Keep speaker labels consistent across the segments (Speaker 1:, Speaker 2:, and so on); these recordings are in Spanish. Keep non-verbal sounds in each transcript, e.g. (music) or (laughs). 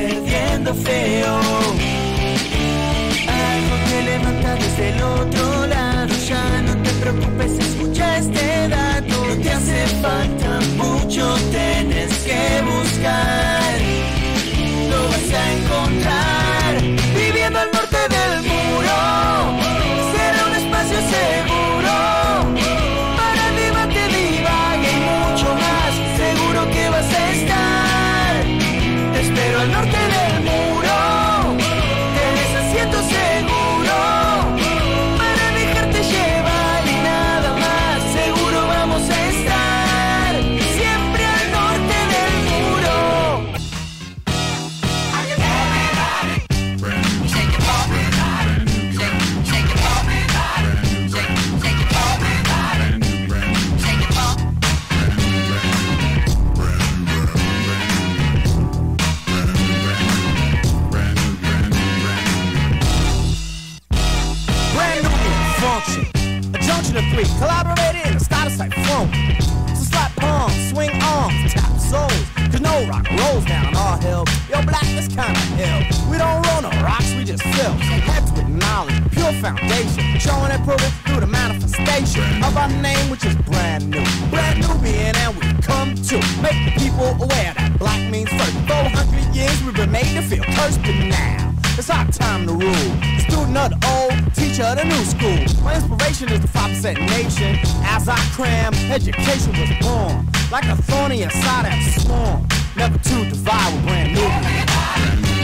Speaker 1: mirando feo. Algo te levanta desde el otro lado. Ya no te preocupes, escucha este dato. No te hace falta mucho, tienes que buscar. Lo vas a encontrar viviendo al norte del muro. Será un espacio seguro para debate, divague y mucho más. Seguro que vas a estar. Te espero al norte del muro. Tienes asiento seguro para dejarte llevar y nada más. Seguro vamos a estar siempre al norte del muro.
Speaker 2: brand new function. A junction of three, collaborated and start a cyclone. So slap palms, swing arms, tap souls. Cause no rock rolls down our hill. Yo, black, this kind of hill. We don't roll no rocks, we just fill. Heads with knowledge, pure foundation. Showing and proving through the manifestation of our name, which is brand new. Brand new being, and we come to make the people aware that black means first. 400 years we've been made to feel cursed, but now. It's our time to rule. Student of the old, teacher of the new school. My inspiration is the 5% nation. As I cram, education was born. Like a thorny inside that swarm. Never to divide with brand new.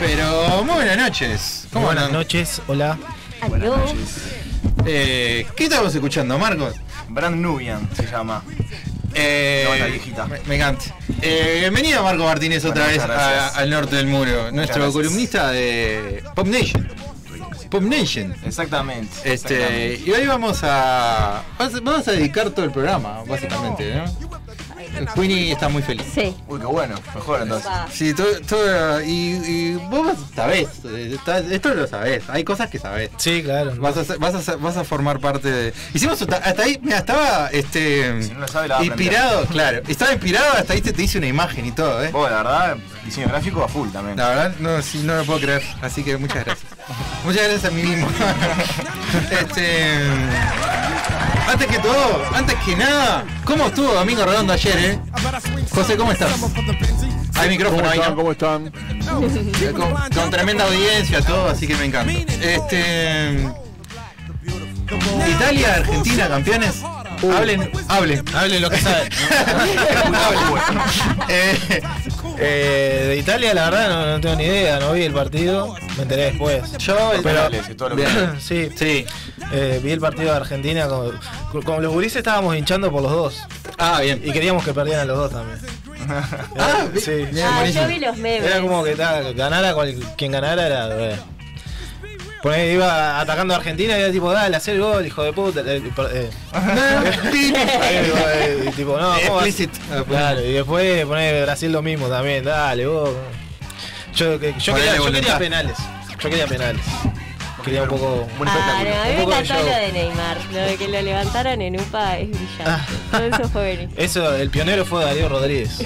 Speaker 3: Pero muy buenas noches. ¿Cómo
Speaker 4: Buenas
Speaker 3: andan?
Speaker 4: noches, hola.
Speaker 5: Aló.
Speaker 3: Eh, ¿Qué estamos escuchando, Marcos?
Speaker 6: Brand Nubian se llama.
Speaker 3: Eh,
Speaker 6: No, la viejita.
Speaker 3: Me, me encanta. Eh, bienvenido Marco Martínez otra
Speaker 6: Bueno,
Speaker 3: vez
Speaker 6: muchas gracias.
Speaker 3: a- al norte del muro, nuestro
Speaker 6: gracias.
Speaker 3: columnista de Pop Nation. Pop Nation.
Speaker 6: Exactamente.
Speaker 3: Este,
Speaker 6: exactamente.
Speaker 3: y hoy vamos a. vas- Vamos a dedicar todo el programa, básicamente, ¿no? Queenie está muy feliz.
Speaker 5: Sí.
Speaker 6: Uy, qué bueno. Mejor entonces.
Speaker 5: Va.
Speaker 3: Sí, todo, todo- y, y vos sabés, eh, está- esto lo sabés, hay cosas que sabés.
Speaker 4: Sí, claro.
Speaker 3: Vas a, ser- vas, a, ser- vas a formar parte de. Hicimos hasta, hasta ahí, mira, estaba este.
Speaker 6: Si no lo sabe, la va a aprender.
Speaker 3: inspirado, claro. Estaba inspirado, hasta ahí te, te hice una imagen y todo, eh.
Speaker 6: Vos, la verdad, diseño gráfico a full también.
Speaker 3: La verdad, no, sí, no lo puedo creer. Así que muchas gracias. muchas gracias a mí mismo. (laughs) este. Antes que todo, antes que nada, ¿cómo estuvo Domingo Redondo ayer, eh? José, ¿cómo estás? Hay micrófono ahí, ¿no?
Speaker 7: ¿Cómo están?
Speaker 3: con, con tremenda audiencia, todo, así que me encanta. Este. Italia, Argentina, campeones. Hablen, Uh. hablen.
Speaker 4: Hablen lo que saben.
Speaker 3: (laughs) hablen. Eh,
Speaker 4: Eh, de Italia, la verdad, no, no tengo ni idea. No vi el partido. Me enteré después.
Speaker 3: yo,
Speaker 6: Pero-
Speaker 3: Bien.
Speaker 4: (coughs) sí,
Speaker 3: Sí.
Speaker 4: eh, vi el partido de Argentina. Con, con los gurises estábamos hinchando por los dos.
Speaker 3: Ah, bien. (laughs)
Speaker 4: Y queríamos que perdieran los dos también.
Speaker 3: Ah, vi-
Speaker 4: sí.
Speaker 3: bien,
Speaker 5: Ah,
Speaker 3: buenísimo.
Speaker 5: yo vi los memes.
Speaker 4: Eh, Era como que ta, ganara cual- quien ganara era. eh. Por ahí iba atacando a Argentina y era tipo, dale, hacer gol, hijo de puta. eh, per- eh. Ahí, tipo, eh, y tipo, no, ¿cómo vas?
Speaker 3: Explicit.
Speaker 4: Claro, y después poner Brasil lo mismo también, dale, vos. Yo, que- yo,
Speaker 3: Ponele
Speaker 4: quería, yo
Speaker 3: voluntad.
Speaker 4: quería penales. Yo quería penales. Quería un poco.
Speaker 5: Ah, no, a
Speaker 4: Un
Speaker 5: mí me
Speaker 4: poco de
Speaker 5: encantó
Speaker 4: show.
Speaker 5: lo de Neymar. Lo de que lo levantaron en UPA es brillante.
Speaker 4: Ah.
Speaker 5: Todo eso fue buenísimo.
Speaker 4: Eso, el pionero fue Darío (laughs) Rodríguez.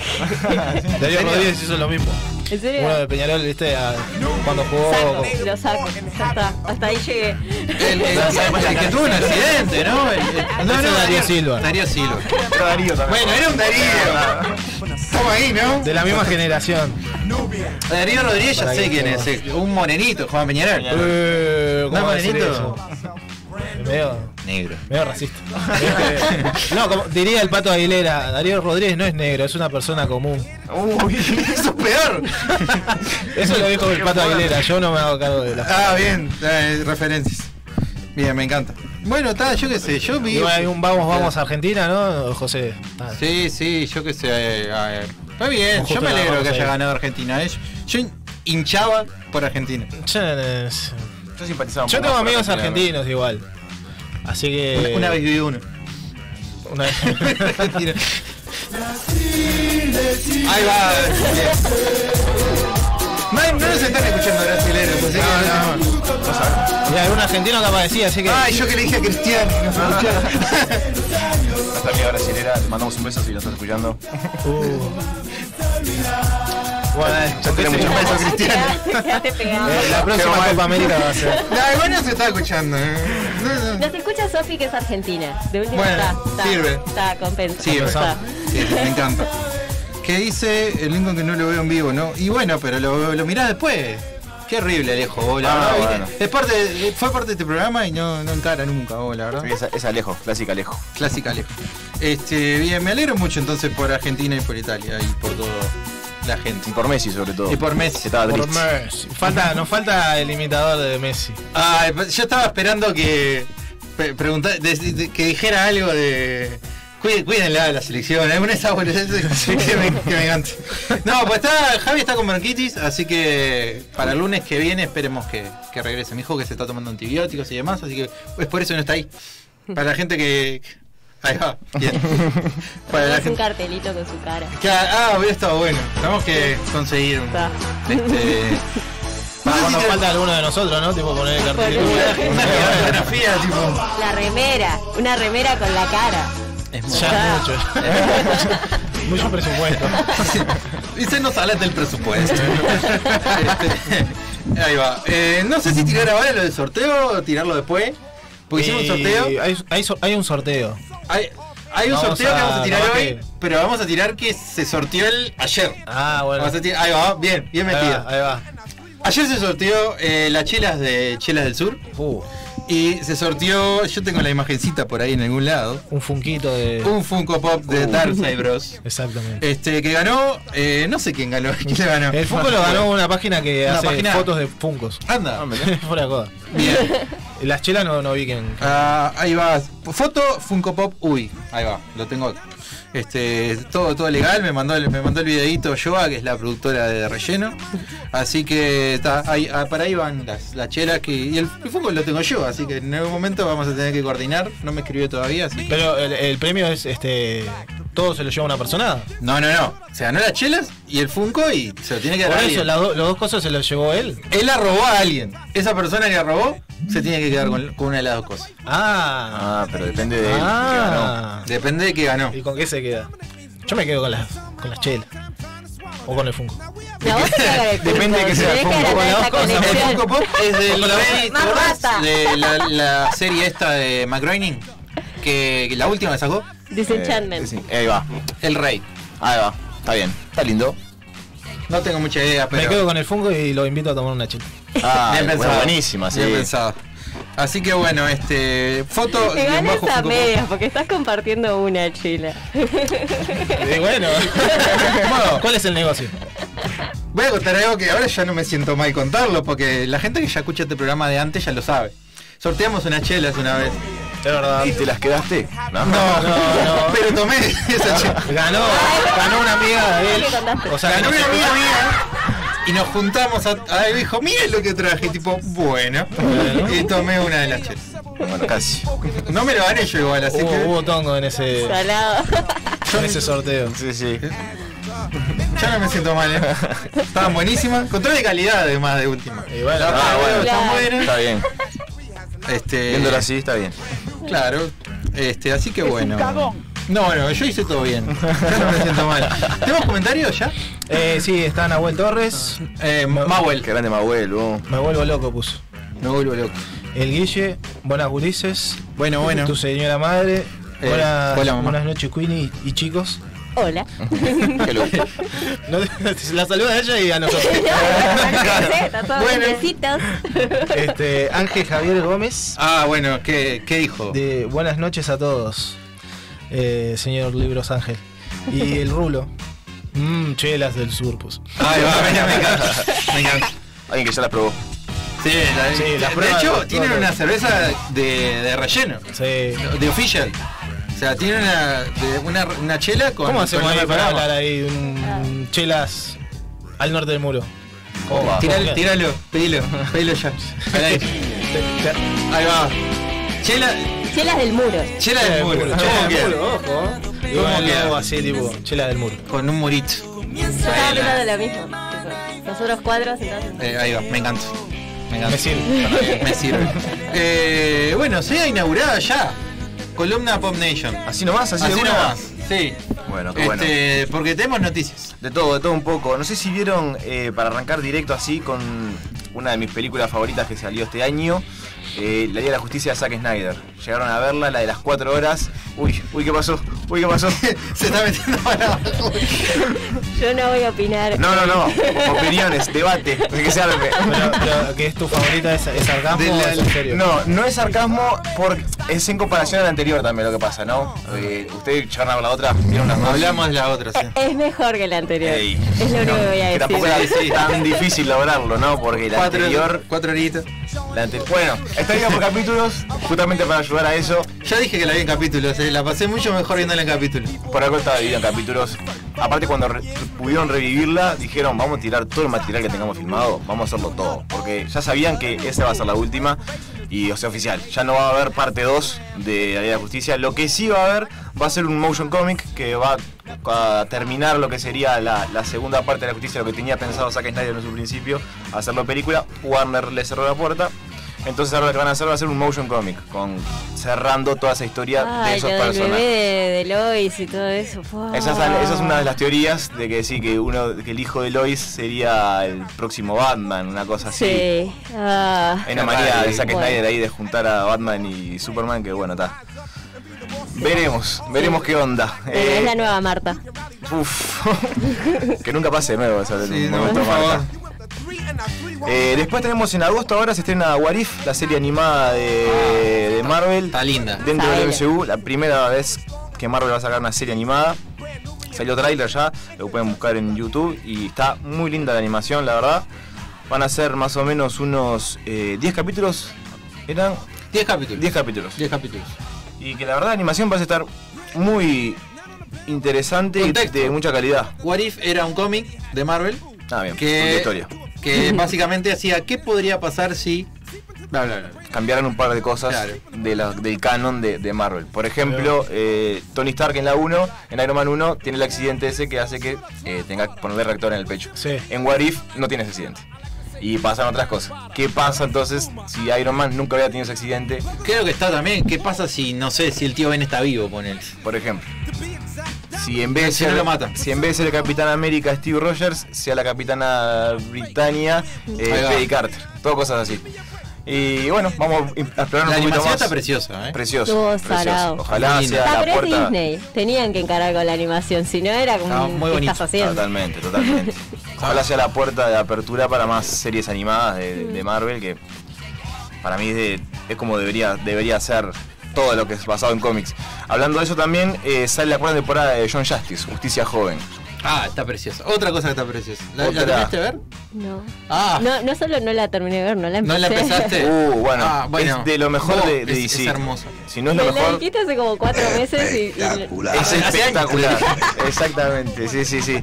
Speaker 4: Darío Rodríguez hizo lo mismo.
Speaker 5: ¿En serio?
Speaker 4: Uno de Peñarol, viste, a- cuando jugó.
Speaker 5: Saco, lo saco. Ya está. Hasta ahí llegué.
Speaker 3: El, el- el que tuvo un accidente, ¿no? El- el-
Speaker 4: Ese es Darío Silva.
Speaker 3: Darío Silva.
Speaker 6: Pero Darío también.
Speaker 3: Bueno, era un Darío. Estamos ahí, ¿no?
Speaker 4: De la misma generación.
Speaker 3: Darío Rodríguez, ya sé quién es. eh, Un morenito, Juan Peñarol.
Speaker 4: Eh, ¿cómo
Speaker 3: ¿No,
Speaker 4: va a decir
Speaker 3: Morenito?
Speaker 4: eso? Medio, (laughs)
Speaker 3: Negro.
Speaker 4: medio racista. Este, no, como diría el pato Aguilera, Darío Rodríguez no es negro, es una persona común. (laughs)
Speaker 6: Uy,
Speaker 3: Eso es peor.
Speaker 4: Eso lo dijo el pato Aguilera, yo no me hago cargo de la.
Speaker 3: Ah, bien, eh, referencias. Bien, me encanta. Bueno, está, yo qué sé, yo vi.
Speaker 4: Y hay un vamos, vamos a Argentina, ¿no, José? Ah,
Speaker 3: Sí, sí, yo qué sé. eh, a ver. Está bien,
Speaker 4: Justo
Speaker 3: yo me
Speaker 4: la
Speaker 3: alegro
Speaker 4: vamos
Speaker 3: que
Speaker 4: a
Speaker 3: haya
Speaker 4: ir.
Speaker 3: ganado Argentina. eh. Yo hinchaba por Argentina.
Speaker 4: chanes.
Speaker 6: yo simpatizaba un
Speaker 4: Yo
Speaker 6: poco
Speaker 4: eh, tengo
Speaker 6: más con
Speaker 4: amigos
Speaker 6: Argentina,
Speaker 4: argentinos igual. Así que.
Speaker 3: Una vez viví
Speaker 4: (laughs)
Speaker 3: uno.
Speaker 4: una vez-
Speaker 3: Argentina.
Speaker 4: (laughs)
Speaker 3: Ahí va. bien. No, no nos están escuchando pues, ¿eh? brasileños. así que no.
Speaker 4: y algún argentino que aparecía, así
Speaker 3: (laughs)
Speaker 4: que.
Speaker 3: Ay, yo que le dije a Cristiano.
Speaker 6: nuestra amiga brasilera, le mandamos un beso si lo estás
Speaker 4: (laughs)
Speaker 6: escuchando.
Speaker 4: Uh. Bueno,
Speaker 6: Ya tiene muchos besos, Cristian.
Speaker 5: Quedaste- Quedaste pegado.
Speaker 4: eh, la
Speaker 6: Qué
Speaker 4: próxima
Speaker 6: mal.
Speaker 4: Copa América va a ser.
Speaker 3: No, igual no se está escuchando. ¿eh? No, no.
Speaker 5: Nos escucha Sofi, que es argentina. De última
Speaker 3: Bueno,
Speaker 5: está, está,
Speaker 3: sirve.
Speaker 5: Está, compensa.
Speaker 3: Sí,
Speaker 5: Está.
Speaker 3: sí, me encanta. Ah, Que dice el Lincoln que no lo veo en vivo, ¿no? Y bueno, pero lo, lo mirás después. Qué horrible, Alejo, vos, la
Speaker 6: Ah,
Speaker 3: verdad,
Speaker 6: bueno.
Speaker 3: viste. Es parte, fue parte de este programa y no, no encara nunca, vos, la verdad.
Speaker 6: Es, es Alejo, clásica Alejo.
Speaker 3: Clásica Alejo. Este, bien, me alegro mucho entonces por Argentina y por Italia y por toda la gente.
Speaker 6: Y por Messi sobre todo.
Speaker 3: Y por Messi.
Speaker 6: Estaba
Speaker 4: Por
Speaker 6: triste.
Speaker 4: Messi. Falta, nos falta el imitador de Messi.
Speaker 3: Ay, pa- yo estaba esperando que pe- preguntar, de- de- que dijera algo de. cuí- Cuídenla a la selección, alguna de esas boludeces que, me, que me encanta. No, pues está, Javi está con bronquitis, así que para el lunes que viene esperemos que, que regrese. Mi hijo que se está tomando antibióticos y demás, así que es por eso no está ahí. Para la gente que. Ahí va,
Speaker 5: (laughs)
Speaker 3: bien. Para la
Speaker 5: Es un
Speaker 3: gente.
Speaker 5: cartelito con su cara.
Speaker 3: que- ah, hubiera estado bueno. Tenemos que conseguir un.
Speaker 5: Está.
Speaker 3: Este,
Speaker 5: (laughs)
Speaker 3: no sé si
Speaker 4: Cuando
Speaker 3: te-
Speaker 4: falta alguno de nosotros, ¿no? Tipo poner el cartel.
Speaker 5: Poner-
Speaker 3: una geografía, tipo.
Speaker 5: La remera, una remera con la cara.
Speaker 3: Es
Speaker 4: Ya es mucho. mucho presupuesto.
Speaker 3: (laughs) Y se nos habla del
Speaker 4: (laughs)
Speaker 3: presupuesto. Este, ahí va. Eh, no sé si tirar ahora lo del sorteo o tirarlo después. Porque hicimos un
Speaker 4: Y
Speaker 3: sorteo.
Speaker 4: Hay, hay sor- hay un sorteo.
Speaker 3: Hay, hay un
Speaker 4: Vamos
Speaker 3: sorteo que
Speaker 4: a-
Speaker 3: vamos a tirar
Speaker 4: capaz
Speaker 3: hoy,
Speaker 4: que-
Speaker 3: pero vamos a tirar que se sortió el ayer.
Speaker 4: Ah, bueno.
Speaker 3: Vamos a tirar- ahí va, bien, bien
Speaker 4: Ahí
Speaker 3: metido.
Speaker 4: va, ahí va.
Speaker 3: Ayer se sortió eh, las chelas de Chelas del Sur.
Speaker 4: Uh,
Speaker 3: Y se sortió, yo tengo la imagencita por ahí en algún lado.
Speaker 4: un funquito de.
Speaker 3: Un Funko Pop
Speaker 4: Uh.
Speaker 3: de Darkseid
Speaker 4: (laughs)
Speaker 3: Bros.
Speaker 4: Exactamente.
Speaker 3: Este, que ganó, eh, no sé quién ganó, (laughs) quién le ganó.
Speaker 4: El Funko lo ganó una página que
Speaker 3: Una
Speaker 4: hace
Speaker 3: página-
Speaker 4: fotos de Funcos.
Speaker 3: Anda.
Speaker 4: (laughs) Fuera de joda.
Speaker 3: Bien.
Speaker 4: Las chelas no, no vi quién.
Speaker 3: Ah, ahí va. Foto Funko Pop. Uy, ahí va. Lo tengo. Este, todo, todo legal. Me mandó, el- me mandó el videito Joa, que es la productora de relleno. Así que está, ahí, ah, para ahí van las, las chelas que. Y el, el Funko lo tengo yo, así que en algún momento vamos a tener que coordinar. No me escribió todavía, así.
Speaker 4: Pero el, el premio es este. Todo se lo lleva una persona.
Speaker 3: No, no, no. Se ganó las chelas y el Funko y se lo tiene que
Speaker 4: Por
Speaker 3: dar. a
Speaker 4: eso,
Speaker 3: alguien.
Speaker 4: las do- los dos cosas se los llevó él.
Speaker 3: Él la robó a alguien. Esa persona que la robó se tiene que quedar con, con una de las dos cosas.
Speaker 4: Ah.
Speaker 6: Ah, pero depende de él.
Speaker 4: Ah.
Speaker 3: Depende de qué ganó.
Speaker 4: ¿Y con qué se queda? Yo me quedo con las, con las chelas. O con el Funko.
Speaker 5: No, vos te quedas
Speaker 3: (laughs)
Speaker 5: con el punto.
Speaker 3: Depende de que sea
Speaker 5: Tenés
Speaker 3: Funko,
Speaker 5: agrandar
Speaker 4: con las
Speaker 5: esa
Speaker 3: El
Speaker 4: dos cosas.
Speaker 3: Funko
Speaker 5: colección.
Speaker 3: Pop es del Freddy
Speaker 5: Más
Speaker 3: Torres
Speaker 5: rata.
Speaker 3: de la, la serie esta de McGroening, que, que la última que sacó,
Speaker 6: que
Speaker 5: Disenchantment.
Speaker 6: ganó. Eh, Sí, ahí va.
Speaker 3: El Rey.
Speaker 6: Ahí va. Está bien. Está lindo.
Speaker 3: No tengo mucha idea, pero
Speaker 4: Me quedo con el Funko y lo invito a tomar una chela.
Speaker 6: (laughs) Ah,
Speaker 3: bien
Speaker 6: bueno,
Speaker 3: pensado.
Speaker 6: buenísima, sí.
Speaker 3: Bien pensado. Así que bueno, este foto
Speaker 5: Te
Speaker 3: guión
Speaker 5: ganas
Speaker 3: bajo
Speaker 5: a
Speaker 3: Funko Pop.
Speaker 5: medias porque estás compartiendo una chila.
Speaker 4: (laughs) Y (laughs) bueno, (laughs)
Speaker 3: Bueno,
Speaker 4: ¿cuál es el negocio?
Speaker 3: voy a contar algo que ahora ya no me siento mal contarlo, porque la gente que ya escucha este programa de antes ya lo sabe. Sorteamos unas chelas una vez.
Speaker 4: Es verdad.
Speaker 6: ¿Y te las quedaste?
Speaker 3: (laughs) No,
Speaker 6: No,
Speaker 4: no, no.
Speaker 3: Pero tomé esa chela.
Speaker 4: Ganó, ganó una amiga de él.
Speaker 5: ¿Qué contaste?
Speaker 4: O sea, que
Speaker 3: Ganó
Speaker 4: no
Speaker 3: una
Speaker 4: se-
Speaker 3: amiga mía y nos juntamos a, a él dijo, mira lo que traje, y tipo, bueno.
Speaker 4: Bueno.
Speaker 3: Y tomé una de las chelas.
Speaker 6: Bueno, casi.
Speaker 3: No me lo gané yo igual, así
Speaker 4: hubo,
Speaker 3: que
Speaker 4: hubo tongo en ese,
Speaker 5: Salado.
Speaker 4: en ese sorteo.
Speaker 6: Sí, sí.
Speaker 3: ya no me siento mal, ¿eh? Estaban buenísimas. Control de calidad además de última.
Speaker 4: Y bueno,
Speaker 3: La
Speaker 6: ah,
Speaker 3: otra,
Speaker 6: bueno. Eh,
Speaker 3: están buenas.
Speaker 6: Está bien.
Speaker 3: Este,
Speaker 6: Viéndolo así, está bien.
Speaker 3: Claro. Este, así que bueno. No, bueno, yo hice todo bien. Yo no me siento mal. ¿Tenemos comentarios ya?
Speaker 4: Eh, sí, está Nahuel Torres.
Speaker 3: Eh, Mawel.
Speaker 6: Qué grande Mahuel, uh. vos.
Speaker 4: Me vuelvo loco, puso.
Speaker 3: Me vuelvo loco.
Speaker 4: El Guille, buenas gurises.
Speaker 3: Bueno, Ah, bueno.
Speaker 4: Tu señora madre.
Speaker 3: Eh,
Speaker 4: buenas,
Speaker 3: hola, mamá.
Speaker 4: buenas noches, Queenie y, y chicos.
Speaker 5: (laughs) Hola.
Speaker 6: (laughs) Qué loco. (laughs)
Speaker 4: No, la saluda a ella y a nosotros.
Speaker 5: bueno.
Speaker 3: Bueno.
Speaker 5: Besitos.
Speaker 4: (laughs) Este, Ángel Javier Gómez.
Speaker 3: Ah, bueno, ¿qué, qué dijo?
Speaker 4: De buenas noches a todos, eh, señor Libros Ángel. Y el Rulo. Mmm, chelas del sur, pues.
Speaker 3: Ay, va, me encanta. Me encanta.
Speaker 6: Alguien que ya las probó.
Speaker 3: Sí, la-
Speaker 4: Sí,
Speaker 3: de-
Speaker 4: las
Speaker 3: de
Speaker 4: pruebas-
Speaker 3: hecho
Speaker 4: todas
Speaker 3: tienen
Speaker 4: las-
Speaker 3: una cerveza de, de relleno,
Speaker 4: Sí.
Speaker 3: de official. O sea, tienen una, de- una, una chela con.
Speaker 4: ¿Cómo hacemos
Speaker 3: con
Speaker 4: ahí
Speaker 3: el
Speaker 4: para
Speaker 3: programa.
Speaker 4: hablar ahí? Un chelas al norte del muro. ¿Cómo va?
Speaker 3: Tiralo,
Speaker 4: ¿Cómo queda?
Speaker 3: tiralo,
Speaker 4: (laughs)
Speaker 3: pedilo, pedilo ya. Ahí, ahí va. Chela,
Speaker 5: Chelas del muro.
Speaker 3: chela del muro. ¿Cómo
Speaker 4: Chela del
Speaker 3: queda?
Speaker 4: muro, ojo. ¿eh?
Speaker 3: ¿Cómo
Speaker 4: Igual
Speaker 3: queda?
Speaker 4: algo así, tipo, chela del muro.
Speaker 3: Con un murito.
Speaker 5: Yo estaba pensando lo mismo. tipo, Nosotros cuadros, entonces. (laughs)
Speaker 3: Eh, ahí va, me encanta. Me encanta.
Speaker 4: Me sirve.
Speaker 3: Me sirve. Eh, bueno, se ha inaugurado ya columna Pop Nation.
Speaker 6: Así nomás, así,
Speaker 3: Así
Speaker 6: de una.
Speaker 3: nomás. Sí.
Speaker 6: Bueno, qué bueno.
Speaker 3: Este, Porque tenemos noticias.
Speaker 6: De todo, de todo un poco. No sé si vieron, eh, para arrancar directo así, con una de mis películas favoritas que salió este año, eh, La Liga de la Justicia de Zack Snyder. Llegaron a verla, la de las 4 horas. Uy, uy, ¿qué pasó? Uy, ¿qué (laughs) pasó?
Speaker 3: Se está metiendo para abajo.
Speaker 5: Yo no voy a opinar.
Speaker 6: No, no, no. Opiniones, debate, que se arme.
Speaker 4: Pero, pero, ¿qué es tu favorita? ¿Es, es sarcasmo
Speaker 3: De
Speaker 4: o
Speaker 3: la-
Speaker 4: es en serio?
Speaker 6: No, no es sarcasmo, porque es en comparación al anterior también lo que pasa, ¿no? Eh, Ustedes llegaron a ver la otra, vieron las dos.
Speaker 3: Hablamos de la otra, sí.
Speaker 5: Eh, Es mejor que la anterior.
Speaker 6: Ey,
Speaker 5: es lo único
Speaker 6: no,
Speaker 5: que
Speaker 6: que
Speaker 5: voy a decir.
Speaker 6: Tampoco era
Speaker 3: Sí, sí.
Speaker 6: tan difícil lograrlo, ¿no? Porque la
Speaker 3: Cuatro,
Speaker 6: anterior
Speaker 3: cuatro horitas.
Speaker 6: La ante- Bueno, está viendo por capítulos, justamente para ayudar a eso.
Speaker 3: Ya dije que la vi en capítulos, eh, la pasé mucho mejor viéndola en capítulos.
Speaker 6: Por algo estaba dividido en capítulos. Aparte, cuando re- pudieron revivirla, dijeron: Vamos a tirar todo el material que tengamos filmado, vamos a hacerlo todo. Porque ya sabían que esa va a ser la última. Y, o sea, oficial, ya no va a haber parte 2 de la Liga de la Justicia. Lo que sí va a haber va a ser un motion comic que va a terminar lo que sería la, la segunda parte de la justicia, lo que tenía pensado Zack Snyder en su principio, hacerlo película. Warner le cerró la puerta. Entonces ahora lo que van a hacer va a ser un motion comic, con, cerrando toda esa historia de
Speaker 5: (laughs) Ay, lo
Speaker 6: esos
Speaker 5: del
Speaker 6: personajes.
Speaker 5: bebé de Lois y todo eso. Fua.
Speaker 6: Esa es, esa es una de las teorías de que sí, que uno, que el hijo de Lois sería el próximo Batman, una cosa así.
Speaker 5: Sí. Ah.
Speaker 6: Hay una manera de Zack
Speaker 5: Bueno.
Speaker 6: Snyder ahí de juntar a Batman y Superman, que bueno, está. Veremos, veremos qué onda.
Speaker 5: Bueno,
Speaker 6: Eh,
Speaker 5: es la nueva Marta.
Speaker 6: uf. (laughs) que nunca pase de nuevo eso, en
Speaker 3: Sí,
Speaker 6: un
Speaker 3: no,
Speaker 6: momento
Speaker 3: por
Speaker 6: marca.
Speaker 3: favor.
Speaker 6: Eh, después tenemos en agosto ahora se estrena What If, la serie animada de, de Marvel.
Speaker 3: Ah. Está linda.
Speaker 6: Dentro del
Speaker 5: Está
Speaker 6: MCU, la primera vez que Marvel va a sacar una serie animada. Salió tráiler ya, lo pueden buscar en YouTube y está muy linda la animación, la verdad. Van a ser más o menos unos eh, 10 capítulos. Eran
Speaker 3: 10 capítulos.
Speaker 6: 10 capítulos.
Speaker 3: 10 capítulos.
Speaker 6: Y que la verdad la animación va a estar muy interesante y
Speaker 3: Contexto.
Speaker 6: de mucha calidad.
Speaker 3: What If era un cómic de Marvel
Speaker 6: Ah, bien,
Speaker 3: que,
Speaker 6: una historia. (laughs)
Speaker 3: que básicamente hacía qué podría pasar si... Bla, bla, bla.
Speaker 6: cambiaron un par de cosas
Speaker 3: Claro.
Speaker 6: de la- del canon de, de Marvel. Por ejemplo, eh, Tony Stark en la 1, en Iron Man 1, tiene el accidente ese que hace que eh, tenga que ponerle reactor en el pecho.
Speaker 4: Sí.
Speaker 6: En What If no tiene ese accidente. Y pasan otras cosas. ¿Qué pasa entonces si Iron Man nunca había tenido ese accidente?
Speaker 3: Creo que está también. ¿Qué pasa si, no sé, si el tío Ben está vivo, ponele?
Speaker 6: Por ejemplo, si en vez de
Speaker 3: Si no
Speaker 6: ser-
Speaker 3: lo matan.
Speaker 6: si en vez de ser el Capitán América Steve Rogers, sea la Capitana Britannia
Speaker 3: Ahí
Speaker 6: eh,
Speaker 3: va.
Speaker 6: Peggy Carter. Todo cosas así. Y bueno, vamos a explorar un
Speaker 3: La
Speaker 6: poquito
Speaker 3: animación
Speaker 6: más.
Speaker 3: está preciosa, ¿eh?
Speaker 6: Precioso.
Speaker 5: Estuvo
Speaker 6: precioso.
Speaker 5: salado.
Speaker 6: Ojalá
Speaker 3: Lindo.
Speaker 6: sea
Speaker 5: Ah,
Speaker 6: la
Speaker 5: pero es
Speaker 6: puerta.
Speaker 5: Disney. Tenían que encargar con la animación. Si no, era como.
Speaker 3: Estaba muy
Speaker 5: ¿Qué
Speaker 3: bonito.
Speaker 5: estás haciendo?
Speaker 6: Totalmente, totalmente. Ojalá sea la puerta de apertura para más series animadas de, de Marvel, que para mí es, de- es como debería, debería ser todo lo que es basado en cómics. Hablando de eso también, eh, sale la cuarta temporada de John Justice, Justicia Joven.
Speaker 3: Ah, está preciosa. Otra cosa que está preciosa. ¿La, la
Speaker 6: Otra.
Speaker 3: terminaste de ver?
Speaker 5: No.
Speaker 3: Ah,
Speaker 5: (laughs) no. No solo no la terminé de ver, no la
Speaker 3: ¿no
Speaker 5: empecé.
Speaker 3: la empezaste?
Speaker 6: Uh, bueno,
Speaker 3: Ah, bueno.
Speaker 6: es de lo mejor
Speaker 3: No,
Speaker 6: de, de
Speaker 3: es-
Speaker 6: DC.
Speaker 3: es hermoso.
Speaker 6: Si no es
Speaker 5: Me
Speaker 6: lo
Speaker 5: la
Speaker 6: mejor,
Speaker 5: dijiste hace como cuatro meses y. y-
Speaker 6: Es
Speaker 3: Ah, hace
Speaker 6: espectacular. Exactamente, sí, sí, sí.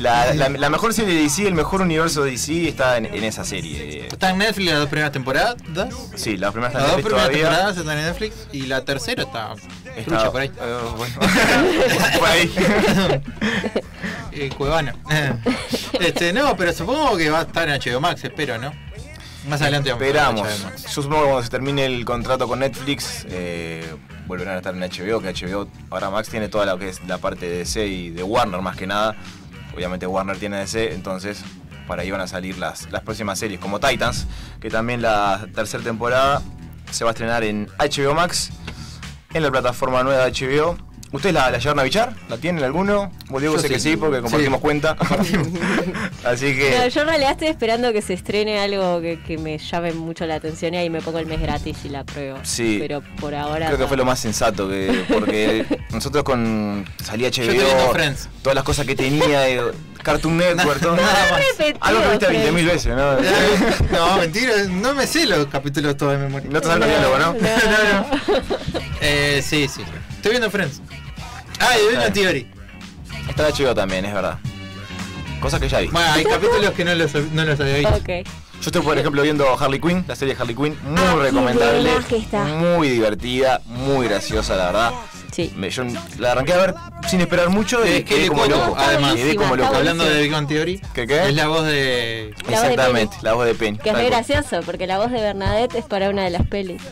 Speaker 6: La, la- la mejor serie de DC, el mejor universo de DC está en, en esa serie. Eh,
Speaker 3: Está en Netflix las dos primeras temporadas.
Speaker 6: Sí, la primera está
Speaker 3: Las
Speaker 6: en
Speaker 3: dos
Speaker 6: Netflix
Speaker 3: primeras
Speaker 6: todavía.
Speaker 3: temporadas están en Netflix y la tercera está
Speaker 6: Está-
Speaker 3: trucha por ahí.
Speaker 6: eh, (laughs) bueno. Por ahí.
Speaker 3: Eh,
Speaker 5: (laughs)
Speaker 3: Cuevana. Este, no, pero supongo que va a estar en HBO Max, espero, ¿no? Más adelante vamos a estar en
Speaker 6: Esperamos.
Speaker 3: HBO Max.
Speaker 6: Yo supongo que cuando se termine el contrato con Netflix, eh, volverán a estar en HBO, que HBO ahora Max tiene toda lo que es la parte de DC y de Warner más que nada. Obviamente Warner tiene DC, entonces para ahí van a salir las, las próximas series, como Titans, que también la tercera temporada se va a estrenar en HBO Max, en la plataforma nueva de HBO. ¿Ustedes la, la llevaron a bichar? ¿La tienen alguno? Volvió
Speaker 3: Yo
Speaker 6: sé que
Speaker 3: sí.
Speaker 6: sí, porque compartimos
Speaker 3: Sí.
Speaker 6: cuenta. Así que...
Speaker 5: No, yo en realidad estoy esperando que se estrene algo que, que me llame mucho la atención y ahí me pongo el mes gratis y la pruebo.
Speaker 6: Sí.
Speaker 5: Pero por ahora.
Speaker 6: Creo que
Speaker 5: no.
Speaker 6: fue lo más sensato, que, porque nosotros con salía
Speaker 3: estoy viendo Friends.
Speaker 6: HBO, todas las cosas que tenía, eh, Cartoon Network, todo.
Speaker 3: nada más.
Speaker 5: Repetido,
Speaker 6: Algo que viste 20.000
Speaker 5: Freddy.
Speaker 6: veces,
Speaker 3: (laughs)
Speaker 6: ¿no? (laughs)
Speaker 3: No, mentira, no me sé los capítulos todos de memoria.
Speaker 6: No te sabes los diálogos, ¿no? (laughs)
Speaker 3: Eh, sí, sí. Estoy viendo Friends. Ah, y una
Speaker 6: Ah.
Speaker 3: Theory.
Speaker 6: Está en HBO también, es verdad. Cosas que ya vi. Yo
Speaker 3: Bueno, hay capítulos que no los, no los había visto.
Speaker 5: (laughs) Ok.
Speaker 6: estoy, por ejemplo, viendo Harley Quinn, la serie de Harley Quinn, muy recomendable,
Speaker 5: buena que está.
Speaker 6: muy divertida, muy graciosa, la verdad.
Speaker 5: Sí.
Speaker 6: Me- yo la arranqué a ver sin esperar mucho y
Speaker 3: Es que
Speaker 6: quedé
Speaker 3: le
Speaker 6: como
Speaker 3: cuento,
Speaker 6: loco.
Speaker 3: además.
Speaker 6: quedé como
Speaker 5: Está
Speaker 6: loco.
Speaker 3: Hablando de
Speaker 5: buenísimo.
Speaker 3: Big Bang Theory,
Speaker 6: ¿Qué, qué?
Speaker 3: es la voz de.
Speaker 5: La voz de
Speaker 6: Exactamente, la voz de Penny.
Speaker 5: Que es
Speaker 6: tal
Speaker 5: re
Speaker 6: cual.
Speaker 5: gracioso, porque la voz de Bernadette es para una de las pelis.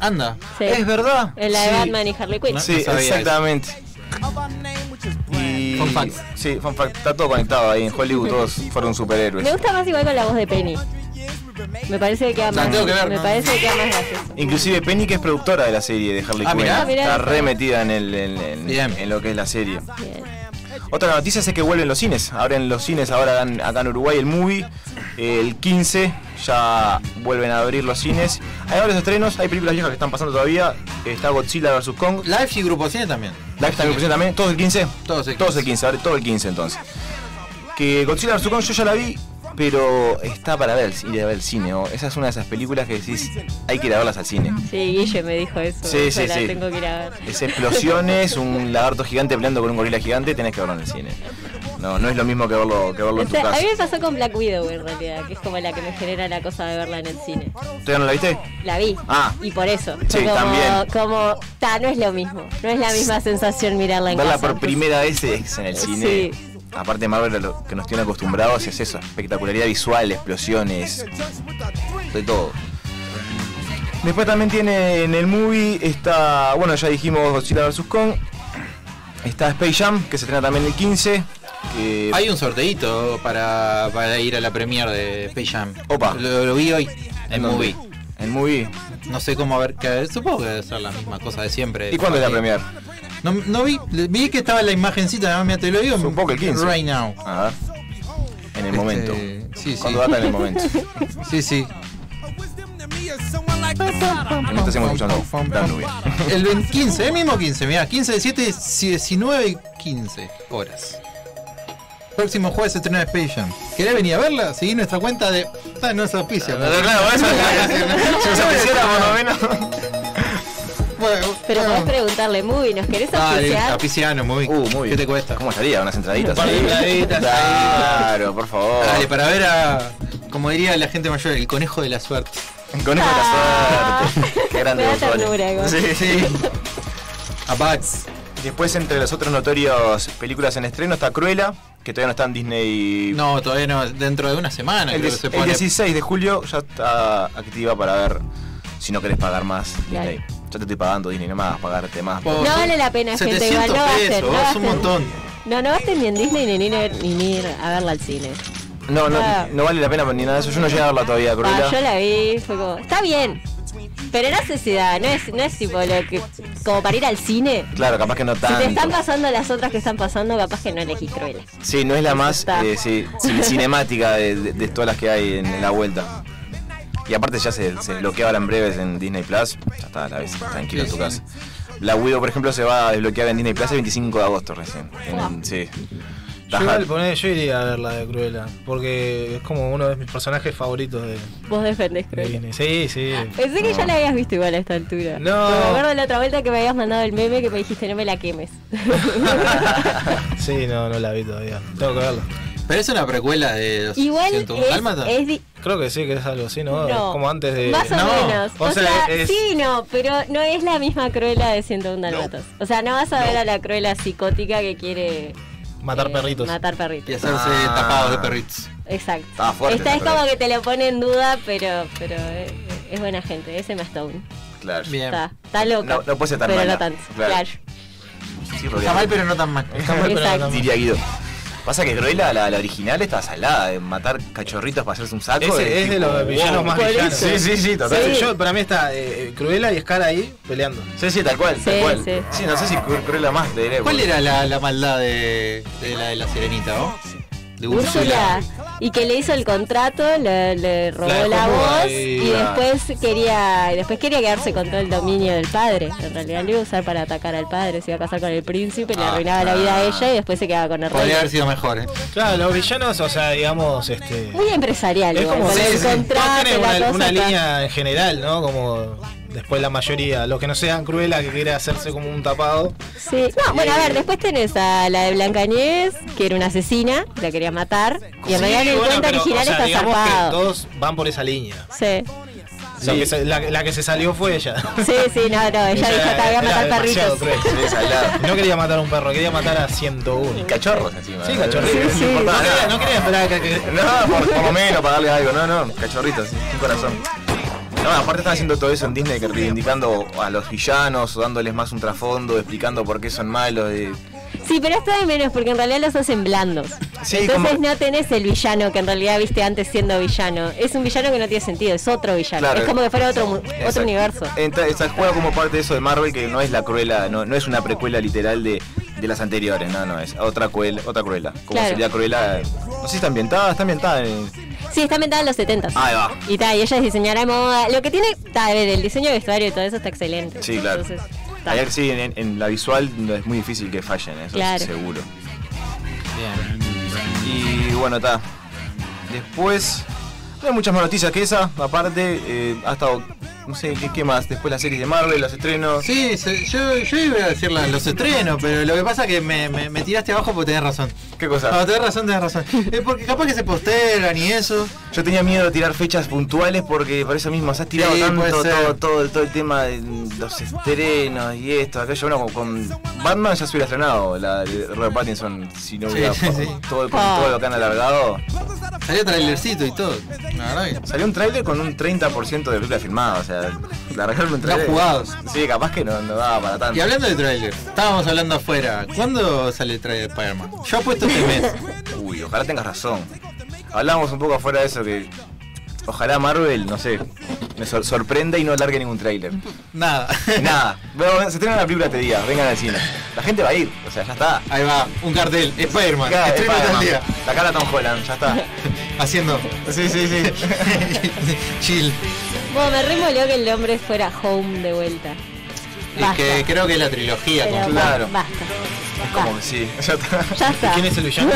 Speaker 3: Anda.
Speaker 5: Sí.
Speaker 3: Es verdad.
Speaker 5: En la de
Speaker 6: Sí.
Speaker 5: Batman y Harley Quinn.
Speaker 3: No,
Speaker 6: Sí,
Speaker 3: sabía eso.
Speaker 6: exactamente. Y...
Speaker 3: Fun fact.
Speaker 6: Sí, fun fact. Está todo conectado ahí. En Hollywood todos fueron superhéroes.
Speaker 5: Me gusta más igual con la voz de Penny. Me parece que queda
Speaker 3: La
Speaker 5: más.
Speaker 3: tengo que ver,
Speaker 5: me
Speaker 3: ¿no?
Speaker 5: parece que queda más gracioso.
Speaker 6: Inclusive Penny, que es productora de la serie de Harley
Speaker 3: Ah,
Speaker 6: Quinn,
Speaker 3: mirá.
Speaker 5: Mirá,
Speaker 6: está
Speaker 5: mirá.
Speaker 6: re metida en, el, en, en-
Speaker 3: Bien.
Speaker 6: en lo que es la serie.
Speaker 5: Bien.
Speaker 6: Otra noticia es que vuelven los cines. Abren los cines ahora acá en, acá en Uruguay el movie. eh, El 15 ya vuelven a abrir los cines. Hay varios estrenos, hay películas viejas que están pasando todavía. Está Godzilla vs. Kong.
Speaker 3: Live y Grupo Cine también.
Speaker 6: Live también pusieron también. ¿Todos el 15?
Speaker 3: Todos el 15.
Speaker 6: Todos el 15, ahora todo el 15 entonces. Que Godzilla vs. Kong yo ya la vi, pero está para ver, ir a ver el cine. ¿no? Esa es una de esas películas que decís, hay que ir a verlas al cine.
Speaker 5: Sí, Guille me dijo eso.
Speaker 6: Sí,
Speaker 5: yo
Speaker 6: sí,
Speaker 5: la
Speaker 6: sí.
Speaker 5: tengo que ir a ver.
Speaker 6: Es explosiones, un lagarto gigante peleando con un gorila gigante, tenés que verlo en el cine. No, no es lo mismo que verlo, que verlo en
Speaker 5: (laughs) O
Speaker 6: tu
Speaker 5: sea, a
Speaker 6: casa.
Speaker 5: mí me pasó con Black Widow en realidad, que es como la que me genera la cosa de verla en el cine.
Speaker 6: ¿Todavía no la viste?
Speaker 5: La vi.
Speaker 6: Ah.
Speaker 5: Y por eso.
Speaker 6: Sí,
Speaker 5: como,
Speaker 6: también.
Speaker 5: Como, ta, no es lo mismo. No es la misma sensación mirarla en
Speaker 6: Verla
Speaker 5: casa.
Speaker 6: por primera vez es en el cine. Aparte Marvel lo que nos tiene acostumbrados es eso, espectacularidad visual, explosiones, de todo. Después también tiene en el movie está, bueno ya dijimos Godzilla vs Kong, está Space Jam que se estrena también el 15. que-
Speaker 3: Hay un sorteito para, para ir a la premiere de Space Jam.
Speaker 6: Opa.
Speaker 3: Lo, lo vi hoy en
Speaker 6: ¿en dónde?
Speaker 3: movie.
Speaker 6: El movie.
Speaker 3: No sé cómo haber. Que, supongo que debe ser la misma cosa de siempre.
Speaker 6: ¿Y cuándo es la premier?
Speaker 3: No, no vi. Vi que estaba la imagencita, no, mira, te lo digo.
Speaker 6: Fue un poco el 15.
Speaker 3: Right now.
Speaker 6: A ver. En el
Speaker 3: Este,
Speaker 6: momento.
Speaker 3: sí, sí.
Speaker 6: ¿Cuándo data en
Speaker 3: (laughs)
Speaker 6: el momento?
Speaker 3: Sí, sí.
Speaker 6: Mientras este hacemos escuchando Danubio.
Speaker 3: El 20 15, el mismo 15, mira, 15 de 7, 19 y 15 horas. Próximo jueves se estrena Space Jam. ¿Querés venir a verla? Seguí nuestra cuenta de. Ah, no es auspicio. pero-
Speaker 6: (laughs)
Speaker 3: (laughs)
Speaker 6: Si nos apreciara, por lo menos.
Speaker 3: Bueno,
Speaker 5: Pero
Speaker 3: bueno.
Speaker 5: podés preguntarle, Muy, ¿nos querés
Speaker 6: Ah,
Speaker 3: Dale,
Speaker 5: oficiar?
Speaker 3: auspicianos, muy.
Speaker 6: Uh, muy bien.
Speaker 3: ¿Qué te cuesta?
Speaker 6: ¿Cómo estaría? Unas entraditas.
Speaker 3: par de
Speaker 6: ahí?
Speaker 3: entraditas ahí.
Speaker 6: Claro, por favor.
Speaker 3: Dale, para ver a. Como diría la gente mayor, el conejo de la suerte.
Speaker 6: Conejo de
Speaker 5: Ah.
Speaker 6: la suerte. Qué grande
Speaker 5: Me da
Speaker 6: Gonzalo.
Speaker 5: ternura, igual.
Speaker 6: Sí, sí.
Speaker 3: A Bugs.
Speaker 6: Después, entre las otras notorias películas en estreno, está Cruella, que todavía no está en Disney.
Speaker 3: No, todavía no, dentro de una semana
Speaker 6: el,
Speaker 3: creo
Speaker 6: diez-
Speaker 3: que se
Speaker 6: el
Speaker 3: pone.
Speaker 6: 16 de julio ya está activa para ver si no querés pagar más
Speaker 5: Claro.
Speaker 6: Disney. Ya te estoy pagando Disney, no más pagarte más.
Speaker 3: Por-
Speaker 5: No vale la pena, gente, igual,
Speaker 3: 700
Speaker 5: no gasten,
Speaker 3: pesos,
Speaker 5: no
Speaker 3: es un
Speaker 5: gasten.
Speaker 3: montón.
Speaker 5: No, no gasten ni en Disney ni en ir, ni en ir a verla al cine.
Speaker 6: No, no,
Speaker 5: Ah.
Speaker 6: no vale la pena ni nada de eso. Yo no llegué a verla todavía,
Speaker 5: Ah, yo
Speaker 6: Cruella.
Speaker 5: la vi, fue como, está bien. Pero era necesidad, no es, no es tipo lo que, como para ir al cine.
Speaker 6: Claro, capaz que no
Speaker 5: Si te están
Speaker 6: tanto.
Speaker 5: pasando las otras que están pasando, capaz que no elegís Cruella.
Speaker 6: Sí, no es la más
Speaker 5: Está.
Speaker 6: eh, sí,
Speaker 5: (laughs)
Speaker 6: cin- cinemática de, de- de todas las que hay en, en la vuelta. Y aparte ya se, se bloquea ahora en breves en Disney Plus. Ya está, la ves tranquilo en tu
Speaker 3: Sí,
Speaker 6: casa. La Widow, por ejemplo, se va a desbloquear en Disney Plus el 25 de agosto recién. En- sí.
Speaker 4: Yo,
Speaker 6: Ajá.
Speaker 4: igual, poné, yo iría a ver la de Cruella, porque es como uno de mis personajes favoritos de,
Speaker 5: Vos defendés
Speaker 4: de
Speaker 5: Cruella.
Speaker 4: Disney. Sí,
Speaker 5: (laughs)
Speaker 4: sí.
Speaker 5: Pensé que ya la habías visto igual a esta altura.
Speaker 4: No.
Speaker 5: Me acuerdo la otra vuelta que me habías mandado el meme que me dijiste no me la quemes.
Speaker 4: (laughs) Sí, no, no la vi todavía. Tengo que verla.
Speaker 3: Pero es una precuela de los
Speaker 5: igual
Speaker 3: 101 Dálmatas.
Speaker 5: es, es di-
Speaker 4: Creo que sí, que es algo así, ¿no?
Speaker 5: No.
Speaker 4: Como antes de.
Speaker 5: Más o
Speaker 3: No,
Speaker 5: menos.
Speaker 4: o
Speaker 5: O,
Speaker 4: sea,
Speaker 5: sea,
Speaker 4: es-
Speaker 5: sí, no, pero no es la misma Cruella de 101 Dálmatas. O sea, no vas a ver a la Cruella psicótica que quiere...
Speaker 4: Matar
Speaker 5: eh,
Speaker 4: perritos.
Speaker 5: Matar perritos.
Speaker 3: Y hacerse
Speaker 6: Ah.
Speaker 3: tapados de perritos.
Speaker 5: Exacto.
Speaker 6: Estaba fuerte
Speaker 5: Esta
Speaker 6: esa
Speaker 5: es como
Speaker 6: Cruella.
Speaker 5: que te lo pone en duda, pero pero eh, es buena gente. Ese más Stone.
Speaker 6: Claro.
Speaker 3: Bien.
Speaker 5: Está, está loca.
Speaker 6: No- no puede ser tan
Speaker 5: Pero
Speaker 6: mala.
Speaker 5: no tanto.
Speaker 6: Claro.
Speaker 5: Claro.
Speaker 6: Sí,
Speaker 3: Está
Speaker 6: Rodrigo.
Speaker 3: mal, pero no tan mal.
Speaker 5: Exacto.
Speaker 6: Diría Guido. Pasa que Cruella, la, la original, estaba salada de matar cachorritos para hacerse un saco.
Speaker 4: Ese es de
Speaker 6: tipo,
Speaker 4: los villanos
Speaker 6: wow.
Speaker 4: más
Speaker 5: Por
Speaker 4: villanos.
Speaker 5: eso.
Speaker 6: Sí, sí, sí,
Speaker 4: O sea,
Speaker 6: total.
Speaker 4: yo- para mí está eh, Cruella y Scar ahí peleando.
Speaker 6: Sí, sí, tal cual, tal
Speaker 5: Sí,
Speaker 6: cual.
Speaker 5: sí.
Speaker 6: Sí, no sé si Cru- Cruella más de
Speaker 3: ¿Cuál era la, la maldad de, de la de la sirenita, ¿no? De
Speaker 5: Úrsula. Y que le hizo el contrato, le, le robó
Speaker 3: La
Speaker 5: la,
Speaker 3: dejó muda,
Speaker 5: voz
Speaker 3: ahí,
Speaker 5: y
Speaker 6: claro.
Speaker 5: después quería y después quería quedarse con todo el dominio del padre. En realidad lo iba a usar para atacar al padre, se iba a casar con el príncipe, le
Speaker 3: Ah,
Speaker 5: arruinaba la vida a ella y después se quedaba con el rey.
Speaker 3: Podría haber sido mejor, ¿eh?
Speaker 4: Claro, los villanos, o sea, digamos, este.
Speaker 5: Muy empresarial,
Speaker 4: Es
Speaker 5: igual,
Speaker 4: como
Speaker 5: con
Speaker 4: sí,
Speaker 5: el
Speaker 4: sí.
Speaker 5: contrato,
Speaker 4: Todos tienen
Speaker 5: la
Speaker 4: una,
Speaker 5: cosa
Speaker 4: una
Speaker 5: está-
Speaker 4: línea en general, ¿no? Como después la mayoría, los que no sean Cruella, que quiere hacerse como un tapado.
Speaker 5: Sí. No, bueno, a
Speaker 4: Eh,
Speaker 5: ver, después tenés a la de Blancanieves, que era una asesina, la quería matar, y
Speaker 4: Sí,
Speaker 5: en realidad en el
Speaker 4: bueno,
Speaker 5: cuento
Speaker 4: pero,
Speaker 5: original
Speaker 4: o sea,
Speaker 5: está
Speaker 4: digamos que
Speaker 5: zarpado.
Speaker 4: todos van por esa línea.
Speaker 5: Sí.
Speaker 4: Lo que se- la, la que se salió fue ella.
Speaker 5: Sí, sí, no, no, ella dijo te voy a
Speaker 4: era
Speaker 5: matar
Speaker 4: demasiado
Speaker 5: perritos.
Speaker 4: cruel.
Speaker 6: Sí, salada.
Speaker 4: No quería matar a un perro, quería matar a 101.
Speaker 6: Cachorros encima.
Speaker 4: Sí, cachorritos.
Speaker 6: No
Speaker 5: Sí,
Speaker 6: importaba
Speaker 4: No
Speaker 6: nada.
Speaker 4: quería, no quería esperar a que- que-
Speaker 6: No, por, por lo menos para darle algo, no, no, cachorritos, sí, un corazón. No, aparte están haciendo todo eso en Disney, que reivindicando a los villanos, o dándoles más un trasfondo, explicando por qué son malos. eh.
Speaker 5: Sí, pero está de menos porque en realidad los hacen blandos.
Speaker 6: Sí,
Speaker 5: Entonces
Speaker 6: como-
Speaker 5: no tenés el villano que en realidad viste antes siendo villano. Es un villano que no tiene sentido, es otro villano.
Speaker 6: Claro.
Speaker 5: Es como que fuera otro, mu-
Speaker 6: Exacto.
Speaker 5: otro universo.
Speaker 6: Entra, esa- juega como parte de eso de Marvel, que no es la cruela, no, no es una precuela literal de, de las anteriores, no, no, es otra cruel, otra cruela. Como
Speaker 5: Claro.
Speaker 6: sería cruela. eh, No sé si está ambientada, está ambientada en.
Speaker 5: Sí, está ambientada en los 70
Speaker 4: Ah, eh.
Speaker 6: Ahí va.
Speaker 5: Y tal, y ella es diseñadora de moda. Lo que tiene, ta, a ver, el diseño de vestuario y todo eso está excelente.
Speaker 6: Sí, claro.
Speaker 5: Entonces, ta.
Speaker 6: Ayer sí, en, en la visual no es muy difícil que fallen, eso
Speaker 5: Claro.
Speaker 6: es seguro.
Speaker 4: Bien.
Speaker 6: Y bueno, está. Después. No hay muchas más noticias que esa. Aparte, eh, ha estado. No sé qué, qué más. Después las series de Marvel, los estrenos.
Speaker 3: Sí, se- yo, yo iba a decir la- los estrenos, pero lo que pasa es que me, me- me tiraste abajo porque tenés razón.
Speaker 6: ¿Qué cosa?
Speaker 3: No, tenés razón, tenés razón. Es porque capaz que se postergan y eso.
Speaker 6: Yo tenía miedo de tirar fechas puntuales porque por eso mismo se ha tirado
Speaker 3: Sí,
Speaker 6: tanto
Speaker 3: puede ser.
Speaker 6: todo, todo, todo el tema de los estrenos y esto, aquello. Bueno, con, con Batman ya se hubiera estrenado, la de Robert Pattinson, si no
Speaker 3: Sí,
Speaker 6: hubiera
Speaker 3: sí, sí.
Speaker 6: todo, con todo lo que han alargado.
Speaker 3: Salió trailercito y todo. La verdad que-
Speaker 6: Salió un tráiler con un 30% de película filmada, o sea, largaron un
Speaker 3: Ya
Speaker 6: tráiler.
Speaker 3: jugados.
Speaker 6: Sí, capaz que no, no daba para tanto.
Speaker 3: Y hablando de trailer, estábamos hablando afuera. ¿Cuándo sale el trailer de Spider-Man? Yo apuesto este mes.
Speaker 6: Uy, ojalá tengas razón. Hablábamos un poco afuera de eso que ojalá Marvel, no sé, me sor- sorprenda y no alargue
Speaker 3: (laughs)
Speaker 6: ningún tráiler.
Speaker 3: Nada.
Speaker 6: Nada, bueno, se estrena la película este día, vengan al cine. La gente va a ir, o sea, ya está.
Speaker 3: Ahí va, un cartel. Spider-Man.
Speaker 6: Acá,
Speaker 3: estreno
Speaker 6: Spider-Man.
Speaker 3: tal día.
Speaker 6: La cara de Tom Holland,
Speaker 3: (laughs)
Speaker 6: ya está.
Speaker 3: Haciendo.
Speaker 6: Sí, sí, sí.
Speaker 3: Chill.
Speaker 5: Bueno, me remolió que el hombre fuera home de vuelta.
Speaker 3: Es
Speaker 5: Basta.
Speaker 3: que creo que es la trilogía.
Speaker 5: Pero
Speaker 3: con-
Speaker 6: claro.
Speaker 5: Basta.
Speaker 6: Como que sí, ya está.
Speaker 5: Ya está.
Speaker 4: ¿Quién es el
Speaker 5: (laughs)
Speaker 4: villano?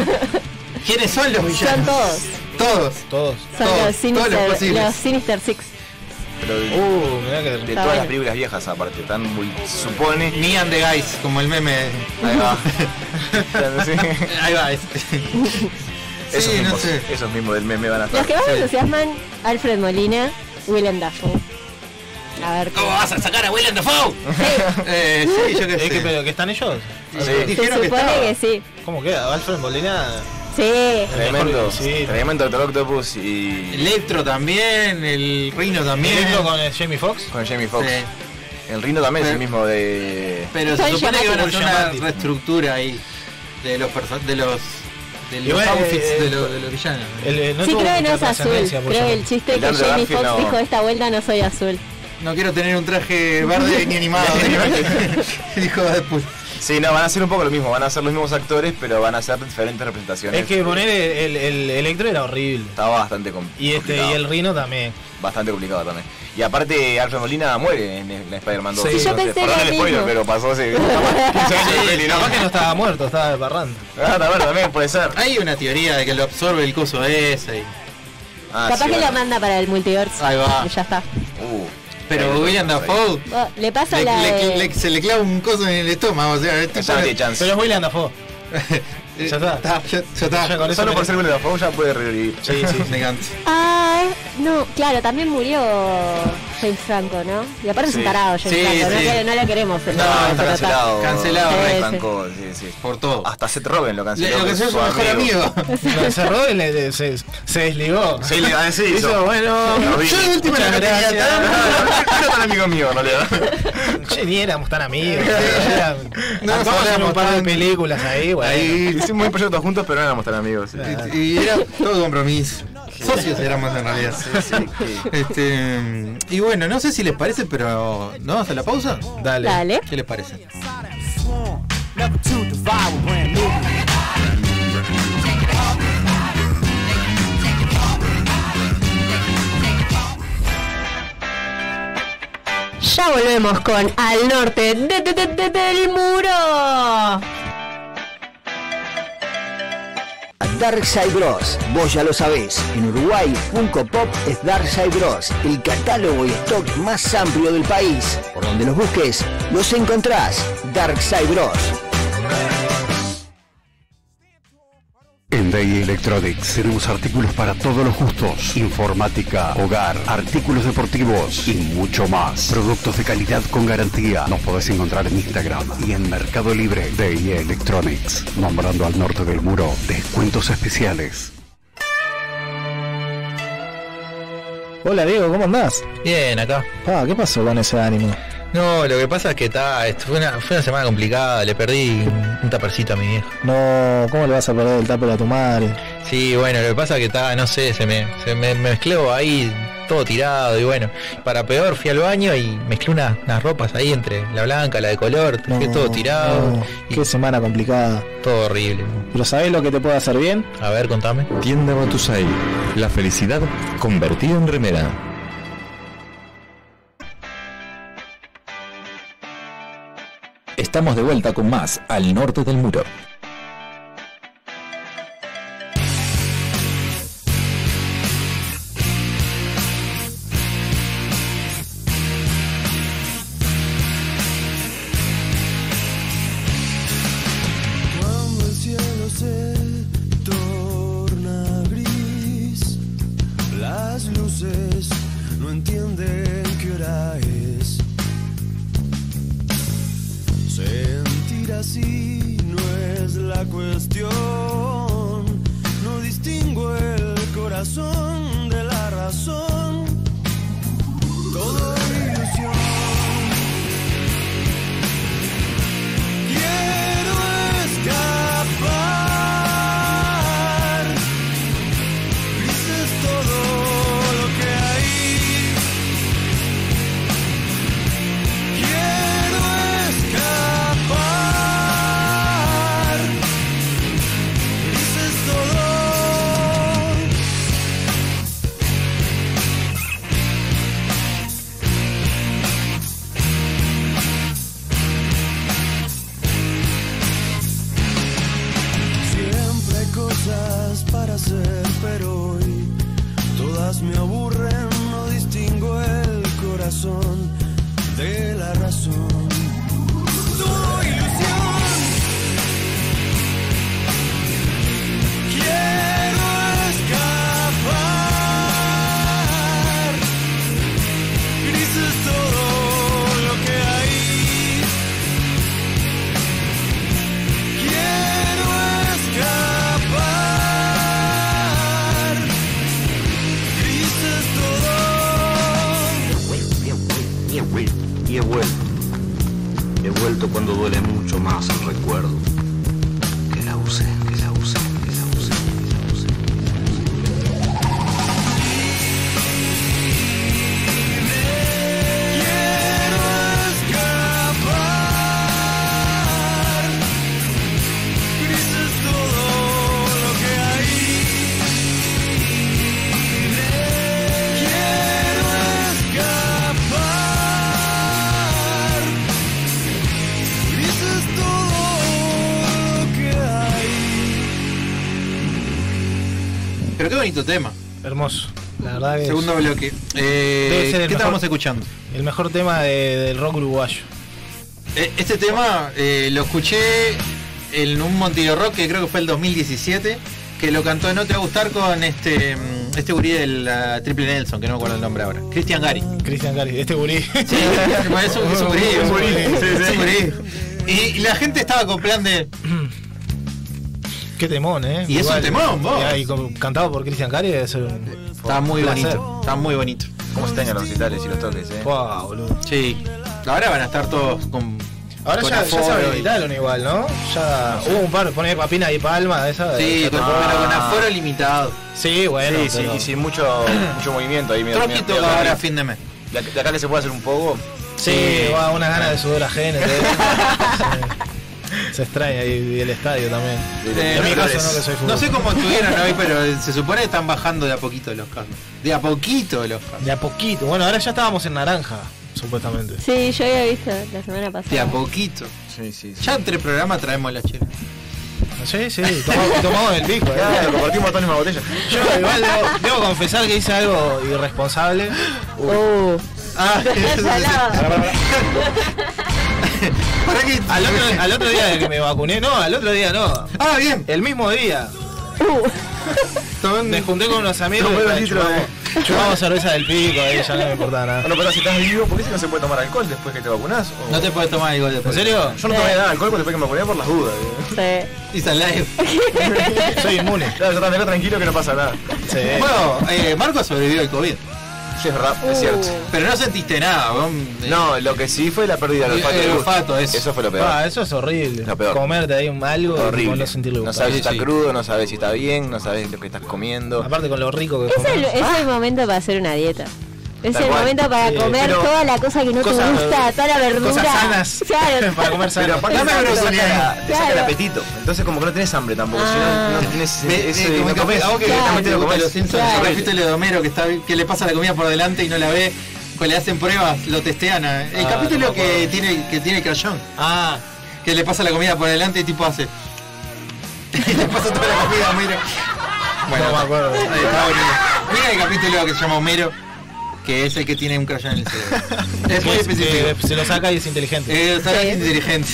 Speaker 3: ¿Quiénes son los villanos?
Speaker 5: Son todos.
Speaker 3: Todos.
Speaker 4: Todos.
Speaker 5: Son
Speaker 3: Todos,
Speaker 5: los,
Speaker 3: todos los
Speaker 5: sinister,
Speaker 3: posibles.
Speaker 5: los Sinister Six.
Speaker 6: Pero de,
Speaker 4: Uh, mirá que
Speaker 6: de
Speaker 4: terrible.
Speaker 6: todas las
Speaker 5: bueno.
Speaker 6: películas viejas aparte, tan muy, supone.
Speaker 3: Neon the Eh, Guys, como el meme.
Speaker 6: Ahí va. Sí.
Speaker 3: Ahí va. es-
Speaker 6: Esos,
Speaker 3: sí,
Speaker 6: mismos,
Speaker 3: no sé.
Speaker 6: esos mismos del meme van a estar.
Speaker 5: Los que más me
Speaker 6: Sí.
Speaker 5: entusiasman, Alfred Molina, Willem Dafoe. A ver,
Speaker 3: ¿Cómo Ah, vas a sacar a Willem Dafoe?
Speaker 5: sí,
Speaker 3: Eh, sí, yo qué
Speaker 4: Eh, ¿qué,
Speaker 3: sé.
Speaker 4: pero, ¿Qué están ellos?
Speaker 6: Sí.
Speaker 5: se
Speaker 3: Dijeron que
Speaker 5: supone
Speaker 3: estaba.
Speaker 5: que sí.
Speaker 4: ¿Cómo queda? ¿Alfred Molina?
Speaker 5: Sí.
Speaker 6: Tremendo,
Speaker 4: Sí.
Speaker 6: tremendo Doctor Octopus y
Speaker 3: Electro también, el Reino también.
Speaker 4: ¿Directo con el Jamie Foxx?
Speaker 6: con Jamie Foxx.
Speaker 3: Sí.
Speaker 6: El Rino también es el
Speaker 3: Pero-
Speaker 6: mismo de...
Speaker 3: Pero se
Speaker 5: Son
Speaker 3: supone que van a hacer una
Speaker 4: llamativos.
Speaker 3: reestructura ahí de los perso- de los de los
Speaker 4: Igual,
Speaker 3: outfits
Speaker 4: eh,
Speaker 3: de, los, de los villanos.
Speaker 4: El, eh, no
Speaker 5: sí,
Speaker 4: tuvo
Speaker 5: creo que no
Speaker 4: mucha
Speaker 5: es azul.
Speaker 4: trascendencia, por
Speaker 5: Creo que el
Speaker 4: ejemplo.
Speaker 5: chiste
Speaker 6: El
Speaker 5: que
Speaker 6: Andrew
Speaker 5: Jamie
Speaker 6: Garfield
Speaker 5: Foxx
Speaker 6: no.
Speaker 5: dijo esta vuelta no soy azul.
Speaker 3: No quiero tener un traje
Speaker 6: (laughs)
Speaker 4: (laughs)
Speaker 3: verde ni animado. (laughs) Dijo después.
Speaker 6: Sí, no, van a ser un poco lo mismo, van a ser los mismos actores, pero van a ser diferentes representaciones.
Speaker 4: Es que poner el, el, el electro era horrible.
Speaker 6: Estaba bastante com-
Speaker 4: Y este
Speaker 6: complicado.
Speaker 4: y el rino también.
Speaker 6: Bastante complicado también. Y aparte, Alfred Molina muere en en Spider-Man 2.
Speaker 4: Sí, yo
Speaker 6: entonces,
Speaker 5: pensé
Speaker 6: perdón
Speaker 5: lo
Speaker 6: el spoiler,
Speaker 5: mismo.
Speaker 6: pero pasó hace 15 años de peli, ¿no?
Speaker 4: Capaz que no estaba muerto, estaba de parranda.
Speaker 6: Ah, también, también puede ser.
Speaker 3: Hay una teoría de que lo absorbe el coso ese. y-
Speaker 6: Ah,
Speaker 5: Capaz
Speaker 6: sí,
Speaker 5: que
Speaker 6: bueno.
Speaker 5: lo manda para el multiverso.
Speaker 3: Ahí va.
Speaker 5: Y ya está.
Speaker 6: Uh,
Speaker 3: Pero William Dafoe
Speaker 5: Oh, le pasa
Speaker 3: le-
Speaker 5: la
Speaker 3: le-
Speaker 5: de...
Speaker 3: le- se le clava un coso en el estómago, o sea, el tipo-
Speaker 6: Ya no tiene chance.
Speaker 4: Pero es William Dafoe.
Speaker 3: Eh,
Speaker 4: ya está.
Speaker 3: ya, ya está.
Speaker 4: Ya con eso
Speaker 6: Solo por
Speaker 4: merece-
Speaker 6: ser William Dafoe ya puede revivir.
Speaker 4: Sí, sí. (laughs)
Speaker 3: Me encanta.
Speaker 5: Ah, no, claro, también murió James Franco, ¿no? Y aparte es
Speaker 6: Sí.
Speaker 5: un tarado James
Speaker 3: Sí,
Speaker 5: Franco, no,
Speaker 3: sí.
Speaker 5: que- no lo queremos. pero-
Speaker 6: No, está
Speaker 5: pero está-
Speaker 6: cancelado.
Speaker 3: Cancelado,
Speaker 5: Sí, sí.
Speaker 6: Franco, sí, sí.
Speaker 3: Por todo.
Speaker 6: Hasta Seth Rogen lo
Speaker 3: Le-
Speaker 6: canceló.
Speaker 3: lo que
Speaker 6: es
Speaker 3: soy su mejor amigo.
Speaker 4: (laughs) Lo cerró y le- le- se, se desligó.
Speaker 6: Sí, le va a decir
Speaker 4: Hizo,
Speaker 6: eso.
Speaker 4: bueno.
Speaker 6: Lo vi.
Speaker 3: Yo de última
Speaker 4: Muchas
Speaker 3: la tenía
Speaker 4: gracias.
Speaker 3: tan-
Speaker 6: No era tan amigo mío, no le da.
Speaker 4: Che, ni éramos tan amigos.
Speaker 3: (laughs)
Speaker 4: Era-
Speaker 3: No nos
Speaker 4: Actuamos en
Speaker 3: hablamos
Speaker 4: un par de
Speaker 3: tanto.
Speaker 4: películas ahí, bueno.
Speaker 6: Ahí hicimos un proyectos juntos, pero no éramos tan amigos. sí.
Speaker 3: Y, y era todo compromiso. Socios éramos en realidad. Este, y bueno, no sé si les parece, pero ¿no vamos a la pausa?
Speaker 4: Dale.
Speaker 5: Dale.
Speaker 3: ¿Qué les parece?
Speaker 2: sworn never to devour brand new.
Speaker 5: Ya volvemos con Al Norte de- de- de- de- del Muro.
Speaker 7: Darkside Bros, vos ya lo sabés, en Uruguay Funko Pop es Darkside Bros, el catálogo y stock más amplio del país. Por donde los busques, los encontrás. Darkside Bros.
Speaker 8: En Day Electronics tenemos artículos para todos los gustos, informática, hogar, artículos deportivos y mucho más. Productos de calidad con garantía. Nos podés encontrar en Instagram y en Mercado Libre. Day Electronics, nombrando al norte del muro, descuentos especiales.
Speaker 4: Hola Diego, ¿cómo andás?
Speaker 9: Bien, acá.
Speaker 4: Pa, ¿qué pasó con ese ánimo?
Speaker 9: No, lo que pasa es que está, esto fue una, fue una semana complicada, le perdí un, un tapercito a mi vieja.
Speaker 4: No, ¿cómo le vas a perder el tupper a tu madre?
Speaker 9: Sí, bueno, lo que pasa es que está, no sé, se me, se me mezcló ahí todo tirado y bueno, para peor fui al baño y mezclé unas, unas ropas ahí entre la blanca, la de color,
Speaker 4: No,
Speaker 9: dejé todo tirado
Speaker 4: no,
Speaker 9: y
Speaker 4: Qué semana complicada.
Speaker 9: todo horrible.
Speaker 4: Pero ¿sabés lo que te puede hacer bien?
Speaker 9: A ver, contame.
Speaker 10: Tienda Batusai. La felicidad convertida en remera. Estamos de vuelta con más al norte del muro.
Speaker 1: Cuando el cielo se torna gris, las luces no entienden qué hora es. Sentir así no es la cuestión, no distingo el corazón de la razón. Todo ilusión. Quiero escapar. Grises todo lo que hay. Quiero escapar. Grises todo. Siempre hay cosas para hacer, pero hoy todas me aburren, no distingo el corazón de la razón. Todo ilusión. Quiero escapar. Gris es todo lo que hay. Quiero escapar. Gris es
Speaker 6: Y
Speaker 1: todo.
Speaker 6: he vuelto. Y he vuelto. He vuelto cuando duele mucho más el recuerdo. Que la use, que la use, que la use, que la use.
Speaker 1: Quiero escapar. Gris es todo lo que hay. Quiero escapar. Gris es todo lo que hay.
Speaker 3: Pero qué bonito tema.
Speaker 4: Hermoso. La verdad que es
Speaker 3: Segundo bloque. Eh, ¿Qué
Speaker 4: Debe ser el mejor-
Speaker 3: estábamos escuchando?
Speaker 4: el mejor tema de- del rock uruguayo.
Speaker 3: Eh, Este tema eh, lo escuché en un Montillo Rock que creo que fue el 2017, que lo cantó No Te Va a Gustar con este mm, este gurí de la Triple Nelson, que no me acuerdo el nombre ahora. Cristian Gary.
Speaker 4: Cristian Cari, este gurí. (laughs)
Speaker 3: Sí, bueno, es un, es un gurí, es un gurí,
Speaker 4: Sí,
Speaker 3: es
Speaker 4: sí.
Speaker 3: un gurí. Y, y la gente estaba con plan de...
Speaker 4: Qué temón, eh.
Speaker 3: Y es un temón, vos.
Speaker 4: Y, y con- cantado por Cristian Cari debe ser un.
Speaker 3: Está muy
Speaker 4: placer.
Speaker 3: bonito, está muy bonito.
Speaker 6: ¿Cómo se extrañan los recitales y los toques, eh?
Speaker 4: Buah, boludo.
Speaker 3: Sí. Ahora van a estar todos con...
Speaker 4: Ahora
Speaker 3: con
Speaker 4: ya, ya se
Speaker 3: aforo y-
Speaker 4: habilitaron igual, ¿no? Ya hubo un par, poner papina y palma, esa.
Speaker 3: Sí,
Speaker 4: esa-
Speaker 3: con, pero con aforo limitado.
Speaker 4: sí bueno.
Speaker 6: Sí, sí,
Speaker 4: pero-
Speaker 6: y sin mucho, mucho movimiento ahí. medio-
Speaker 3: Troquito
Speaker 6: medio-
Speaker 3: ahora a fin de mes.
Speaker 6: De acá- de acá que se puede hacer un poco.
Speaker 4: Sí, va, unas ganas de
Speaker 3: (laughs)
Speaker 4: sudor ajeno. te- sí. Se extraña y, y el estadio también.
Speaker 3: Eh,
Speaker 4: en mi
Speaker 3: no,
Speaker 4: caso
Speaker 3: no,
Speaker 4: no, que soy
Speaker 3: no sé
Speaker 4: futbolista.
Speaker 3: cómo estuvieron hoy, pero se supone que están bajando de a poquito los casos. De a poquito los casos.
Speaker 4: De a poquito. Bueno, ahora ya estábamos en naranja, supuestamente.
Speaker 5: Sí, yo había visto la semana
Speaker 3: De a
Speaker 5: (laughs) pasada.
Speaker 3: poquito.
Speaker 6: Sí, sí,
Speaker 3: Ya entre programa traemos la chela.
Speaker 4: Sí, sí, tomamos, tomamos el pico. ¿eh?
Speaker 3: (laughs)
Speaker 6: Claro, compartimos toda la misma botella.
Speaker 4: Yo igual debo, debo confesar que hice algo irresponsable.
Speaker 6: Oh.
Speaker 5: Uh,
Speaker 3: Ah,
Speaker 6: (laughs)
Speaker 5: salado.
Speaker 3: ¿Para qué?
Speaker 4: Al otro, al otro día de Ah, que me vacuné, no, al otro día no.
Speaker 3: Ah, bien.
Speaker 4: El mismo día
Speaker 6: Uh.
Speaker 4: me junté con unos amigos
Speaker 6: Tomé
Speaker 4: y
Speaker 6: dos
Speaker 4: ahí
Speaker 6: litros
Speaker 4: chupamos, chupamos cerveza del pico, ahí ya no me importaba nada.
Speaker 6: Bueno, pero si estás vivo, ¿por qué si no se puede tomar alcohol después que te vacunás? O-
Speaker 3: No te puedes tomar algo
Speaker 4: ¿En
Speaker 3: después.
Speaker 4: serio?
Speaker 6: Yo no tomé nada de alcohol pues, después que me vacuné por las dudas. eh.
Speaker 5: Sí.
Speaker 3: Y sal
Speaker 4: (laughs)
Speaker 3: live.
Speaker 4: Yo soy inmune.
Speaker 6: (laughs) Claro, yo también tranquilo que no pasa nada.
Speaker 4: Sí.
Speaker 3: Bueno, eh, Marco sobrevivió al COVID.
Speaker 6: Sí, es verdad,
Speaker 5: Uh.
Speaker 6: es cierto.
Speaker 3: Pero no sentiste nada, weón.
Speaker 6: No, lo que sí fue la pérdida del
Speaker 3: El- eh,
Speaker 6: olfato.
Speaker 3: el
Speaker 6: del gusto.
Speaker 3: olfato, eso.
Speaker 6: fue lo peor.
Speaker 4: Ah, eso es horrible.
Speaker 6: Lo peor.
Speaker 4: Comerte ahí un algo y
Speaker 6: Horrible.
Speaker 4: no sentirlo.
Speaker 6: No sabes si está
Speaker 3: Sí, sí.
Speaker 6: crudo, no sabes si está bien, no sabes lo que estás comiendo.
Speaker 4: Aparte con lo rico que
Speaker 5: Es
Speaker 4: comés.
Speaker 5: el, es el momento para hacer una dieta. Es
Speaker 6: Ah. Tal
Speaker 5: el
Speaker 6: cual.
Speaker 5: momento para
Speaker 4: Sí,
Speaker 5: comer
Speaker 6: pero
Speaker 5: toda la cosa que no
Speaker 4: cosas-
Speaker 5: te gusta, toda la verdura.
Speaker 4: cosas sanas.
Speaker 5: Claro.
Speaker 6: (laughs)
Speaker 4: Para comer sano.
Speaker 6: Pero aparte
Speaker 5: Dame
Speaker 6: te
Speaker 5: una
Speaker 6: saca-
Speaker 5: brusca.
Speaker 6: te saca el
Speaker 5: Claro.
Speaker 6: apetito. Entonces como que no tenés hambre tampoco, si
Speaker 5: Ah.
Speaker 6: no, no tenés
Speaker 3: Me- eh,
Speaker 6: ese
Speaker 3: como
Speaker 6: no
Speaker 3: que-
Speaker 6: comés.
Speaker 3: a vos que
Speaker 5: Claro.
Speaker 3: también te
Speaker 6: no
Speaker 3: gusta
Speaker 6: comés.
Speaker 3: los Simpsons,
Speaker 5: Claro.
Speaker 3: el capítulo de Homero que, está, que le pasa la comida por delante y no la ve, pues le hacen pruebas, lo testean. eh. El
Speaker 4: Ah,
Speaker 3: capítulo
Speaker 4: no me
Speaker 3: que
Speaker 4: acuerdo.
Speaker 3: tiene que tiene crayón,
Speaker 4: Ah,
Speaker 3: que le pasa la comida por delante y tipo hace. (laughs) Y le pasa toda la comida a Homero.
Speaker 4: no me acuerdo.
Speaker 3: ahí está, boludo. Mira el capítulo que se llama Homero, que es el que tiene un crayón en el
Speaker 4: (laughs)
Speaker 3: cerebro. es muy
Speaker 4: Que-
Speaker 3: específico.
Speaker 4: que se lo saca y es inteligente.
Speaker 3: Eh, está bien inteligente.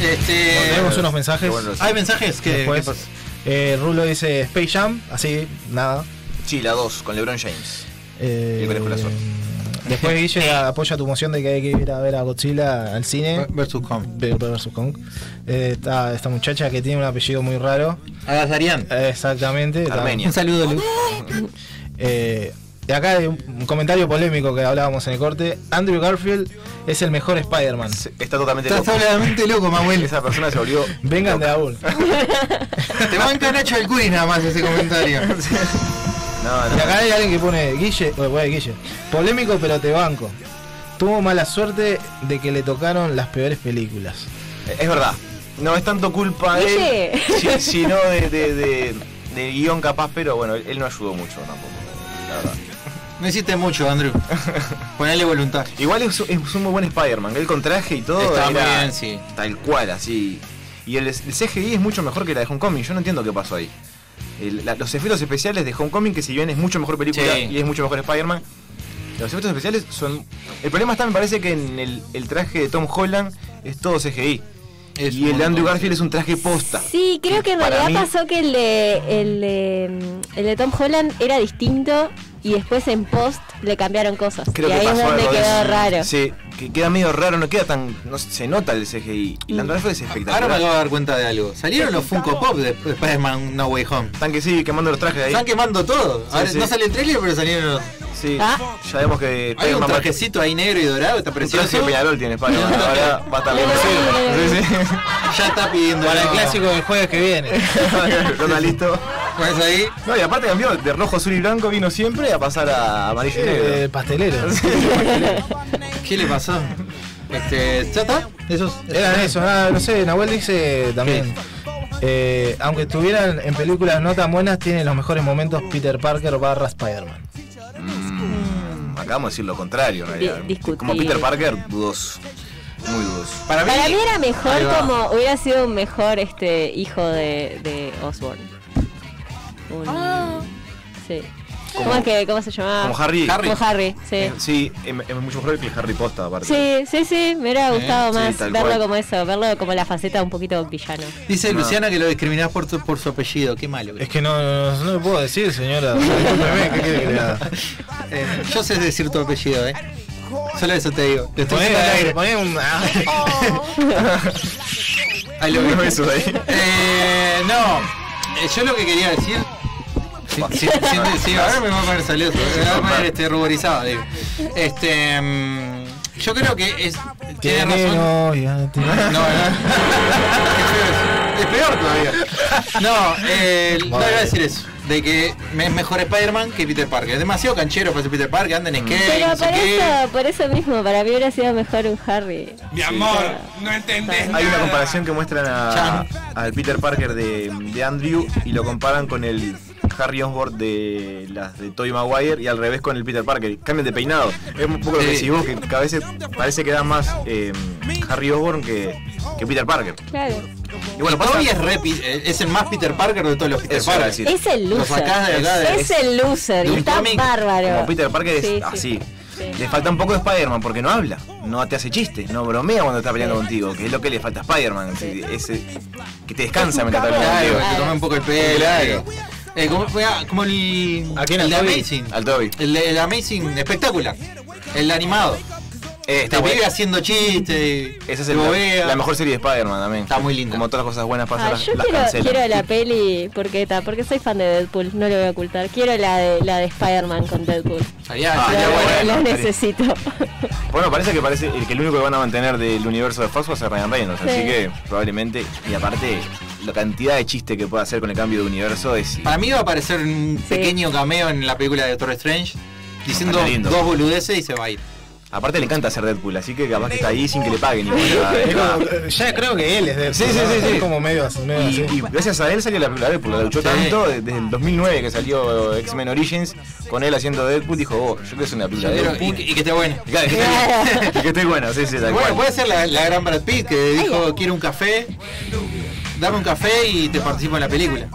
Speaker 3: Este,
Speaker 4: Bueno, tenemos unos mensajes.
Speaker 6: Qué bueno, sí.
Speaker 3: Hay mensajes que
Speaker 4: Después,
Speaker 3: que pas-
Speaker 4: eh, Rulo dice Space Jam, así, nada.
Speaker 6: Sí, la 2 con LeBron James.
Speaker 4: Eh,
Speaker 6: Y con la suerte. (laughs)
Speaker 4: Después Guille ah, apoya tu moción de que hay que ir a ver a Godzilla al cine.
Speaker 3: versus Kong.
Speaker 4: Ver- versus Kong. Eh, está esta muchacha que tiene un apellido muy raro.
Speaker 3: Agazarian.
Speaker 4: Eh, Exactamente. está-
Speaker 6: Armenia.
Speaker 3: Un saludo, Lu.
Speaker 4: Eh, de acá hay un un comentario polémico que hablábamos en el corte. Andrew Garfield es el mejor Spider-Man.
Speaker 6: Se- Está totalmente
Speaker 3: Estás
Speaker 6: loco.
Speaker 3: habladamente loco, Manuel.
Speaker 6: Esa persona se volvió.
Speaker 4: (laughs) Vengan
Speaker 6: (laughs)
Speaker 4: de Aul.
Speaker 3: Te banca Nacho el Quiz nada más ese comentario.
Speaker 6: No,
Speaker 4: Y
Speaker 6: no.
Speaker 4: acá hay alguien que pone Guille, o, bueno, Guille, polémico pero te banco. Tuvo mala suerte de que le tocaron las peores películas.
Speaker 6: Es verdad. No es tanto culpa de él,
Speaker 5: Oye.
Speaker 6: si- sino de, de, de, de guión capaz, pero bueno, él no ayudó mucho tampoco. La verdad.
Speaker 3: No hiciste mucho, Andrew. Ponele voluntad.
Speaker 6: Igual es, es un muy buen Spider-Man, él con traje y todo.
Speaker 3: Está muy
Speaker 6: era
Speaker 3: bien, sí.
Speaker 6: Tal cual, así. Y el, el CGI es mucho mejor que la de Homecoming, yo no entiendo qué pasó ahí. El- la- los efectos especiales de Homecoming, que si bien es mucho mejor película
Speaker 3: Sí.
Speaker 6: y es mucho mejor Spider-Man, los efectos especiales son... El problema está, me parece, que en el, el traje de Tom Holland es todo CGI.
Speaker 3: Es
Speaker 6: y el
Speaker 3: un
Speaker 6: de Andrew
Speaker 3: montón.
Speaker 6: Garfield es un traje posta.
Speaker 5: Sí, creo que en
Speaker 6: Para
Speaker 5: realidad
Speaker 6: mí-
Speaker 5: pasó que el de, el, de, mm, el de Tom Holland era distinto y después en post le cambiaron cosas.
Speaker 6: Creo
Speaker 5: y
Speaker 6: que
Speaker 5: ahí es
Speaker 6: pasó
Speaker 5: donde
Speaker 6: algo de
Speaker 5: quedó
Speaker 6: eso.
Speaker 5: raro.
Speaker 6: Sí, que queda medio raro, no queda tan... No, se se nota el CGI. Y el Andrew Garfield es
Speaker 3: Mm. Ahora me acabo
Speaker 6: espectacular.
Speaker 3: de dar cuenta de algo. Salieron los Funko Pop de de Spider-Man No Way Home.
Speaker 6: Están que sí, quemando los trajes ahí.
Speaker 3: Están quemando todo. Ahora,
Speaker 6: sí.
Speaker 3: No sale el trailer, pero salieron los.
Speaker 6: Sí,
Speaker 5: Ah.
Speaker 6: ya vemos que
Speaker 3: Hay un
Speaker 6: Spider-Man va-
Speaker 3: trajecito ahí negro y dorado, está
Speaker 6: Un traje
Speaker 3: precioso.
Speaker 6: de Peñarol tiene Spider-Man. Ahora
Speaker 3: (laughs)
Speaker 6: va a estar bien.
Speaker 5: Sí,
Speaker 3: Ya está pidiendo.
Speaker 4: Para el
Speaker 3: No.
Speaker 4: clásico del jueves que viene.
Speaker 6: (laughs)
Speaker 4: (laughs)
Speaker 6: Sí, sí. No está listo.
Speaker 3: Pues ahí.
Speaker 6: No, y aparte cambió de rojo, azul y blanco, vino siempre a pasar a amarillo y
Speaker 4: Eh,
Speaker 6: negro. (laughs)
Speaker 4: pastelero. (laughs)
Speaker 3: ¿Qué le pasó? Este, ¿Ya está? Esos.
Speaker 4: Eran eso, nada, no sé, Nahuel dice también. eh, aunque estuvieran en películas no tan buenas, tiene los mejores momentos Peter Parker barra Spider-Man.
Speaker 6: Mm, acabamos de decir lo contrario, en realidad.
Speaker 5: Di- discutible.
Speaker 6: Como Peter Parker, dudoso. Muy dudoso.
Speaker 3: Para mí,
Speaker 5: Para mí era
Speaker 3: Ahí
Speaker 5: mejor
Speaker 3: va.
Speaker 5: como hubiera sido un mejor este hijo de, de Osborne. Un- Sí. ¿Cómo, es que, ¿Cómo se llamaba?
Speaker 6: Como Harry.
Speaker 3: Harry.
Speaker 5: Como Harry, sí.
Speaker 6: Eh, Sí, es, es mucho mejor que el Harry Posta, aparte.
Speaker 5: Sí, sí, sí, me hubiera gustado
Speaker 6: Eh, sí,
Speaker 5: más
Speaker 6: tal
Speaker 5: verlo
Speaker 6: cual. Eh,
Speaker 5: como eso, verlo como la faceta un poquito villano.
Speaker 3: Dice
Speaker 6: No.
Speaker 3: Luciana que lo discriminás por, tu- por su apellido. Qué malo.
Speaker 4: Es que no, no, no le puedo decir, (laughs) señora. Discúlpeme, ¿qué quiere que le haga?
Speaker 3: Eh, yo sé decir tu apellido, ¿eh? Solo eso te digo. Te estoy
Speaker 4: Poné,
Speaker 3: diciendo al aire.
Speaker 4: poné un.
Speaker 3: Ahí lo
Speaker 6: No,
Speaker 3: veo.
Speaker 6: eso de ahí.
Speaker 3: (laughs) Eh, no, Eh, yo lo que quería decir. Sí, sí, sí, sí, ahora me voy a poner saludo, me voy a poner este, ruborizado, digo. Este. mm, yo creo que es.
Speaker 4: (laughs)
Speaker 3: Tiene razón.
Speaker 4: novia, tiene-
Speaker 3: No, no. es peor todavía. (laughs) No, eh, no iba a decir eso. De que me- es mejor Spider-Man que Peter Parker. Es demasiado canchero para ser Peter Parker. Anda en skate.
Speaker 5: Pero
Speaker 3: no sé
Speaker 5: por
Speaker 3: qué.
Speaker 5: eso, por eso mismo, para mí hubiera sido mejor un Harry.
Speaker 11: Mi amor, no entendés
Speaker 6: Hay una
Speaker 11: nada.
Speaker 6: comparación que muestran a, al Peter Parker de, de Andrew y lo comparan con el Harry Osborn de las de Tobey Maguire y al revés con el Peter Parker. Cambian de peinado. Es un poco lo que
Speaker 3: Sí.
Speaker 6: decís vos, que, que a veces parece que da más eh, Harry Osborn que, que Peter Parker.
Speaker 5: Claro.
Speaker 6: Y bueno, pasa.
Speaker 3: Toby es, re pi- eh, es el más Peter Parker de todos los Peter
Speaker 6: Eso iba a
Speaker 3: Parker.
Speaker 6: decir.
Speaker 5: Es el
Speaker 3: Lo
Speaker 5: loser.
Speaker 3: sacás de acá de-
Speaker 5: Es el loser.
Speaker 3: de un
Speaker 5: Y está
Speaker 3: cómic
Speaker 6: Como
Speaker 5: bárbaro.
Speaker 6: Peter Parker es
Speaker 5: Sí, Ah, sí.
Speaker 6: así.
Speaker 5: Sí.
Speaker 6: Le falta un poco de Spider-Man porque no habla, no te hace chistes, no bromea cuando está peleando contigo, que es lo que le falta a Spider-Man.
Speaker 5: Sí.
Speaker 6: ese- que te descansa mientras está peleando
Speaker 3: Claro,
Speaker 6: contigo.
Speaker 3: se toma un poco el pelo.
Speaker 6: Claro.
Speaker 3: Eh, como, fue a- como el,
Speaker 4: ¿A quién,
Speaker 3: el de
Speaker 4: a Toby?
Speaker 3: Amazing.
Speaker 6: Al Toby.
Speaker 3: El, de- el Amazing espectacular. El animado.
Speaker 6: Eh,
Speaker 3: Te vive haciendo chistes.
Speaker 6: Esa es
Speaker 3: te
Speaker 6: el- la,
Speaker 3: bobea.
Speaker 6: la mejor serie de Spider-Man también. Está muy linda. Como todas las cosas buenas
Speaker 5: Ah,
Speaker 6: pasan, las,
Speaker 5: yo
Speaker 6: las
Speaker 5: quiero,
Speaker 6: cancelan.
Speaker 5: quiero la peli porque ta, porque soy fan de Deadpool, no lo voy a ocultar. Quiero la de la de Spider-Man con Deadpool.
Speaker 6: Estaría-
Speaker 5: La-
Speaker 6: estaría
Speaker 5: la,
Speaker 6: Ah, bueno, estaría-
Speaker 5: necesito.
Speaker 6: Bueno, parece que parece el que el único que van a mantener del universo de Fox va a ser Ryan Reynolds,
Speaker 5: Sí.
Speaker 6: así que probablemente, y aparte, la cantidad de chiste que puede hacer con el cambio de universo es.
Speaker 3: Para mí va a aparecer un pequeño cameo en la película de Doctor Strange diciendo
Speaker 6: Estaría lindo.
Speaker 3: dos boludeces y se va a ir.
Speaker 6: Aparte le encanta hacer Deadpool, así que capaz que está ahí sin que le paguen igual.
Speaker 4: Es
Speaker 6: Ah,
Speaker 4: como- ya creo que él es de
Speaker 6: Sí, sí, sí, sí.
Speaker 4: Es como medio, así, medio
Speaker 6: Y,
Speaker 4: así.
Speaker 6: y gracias a él salió la película Deadpool, la luchó tanto de- desde el 2009 que salió X-Men Origins, con él haciendo Deadpool, dijo, oh, yo quiero hacer una película de
Speaker 3: Pero-
Speaker 6: Deadpool.
Speaker 3: y, y que esté buena.
Speaker 6: (laughs) Y que- y que esté bueno, sí, sí, tal
Speaker 3: Bueno, pues,
Speaker 6: cual.
Speaker 3: puede ser la, la gran Brad Pitt que dijo quiero un café, dame un café y te participo en la película.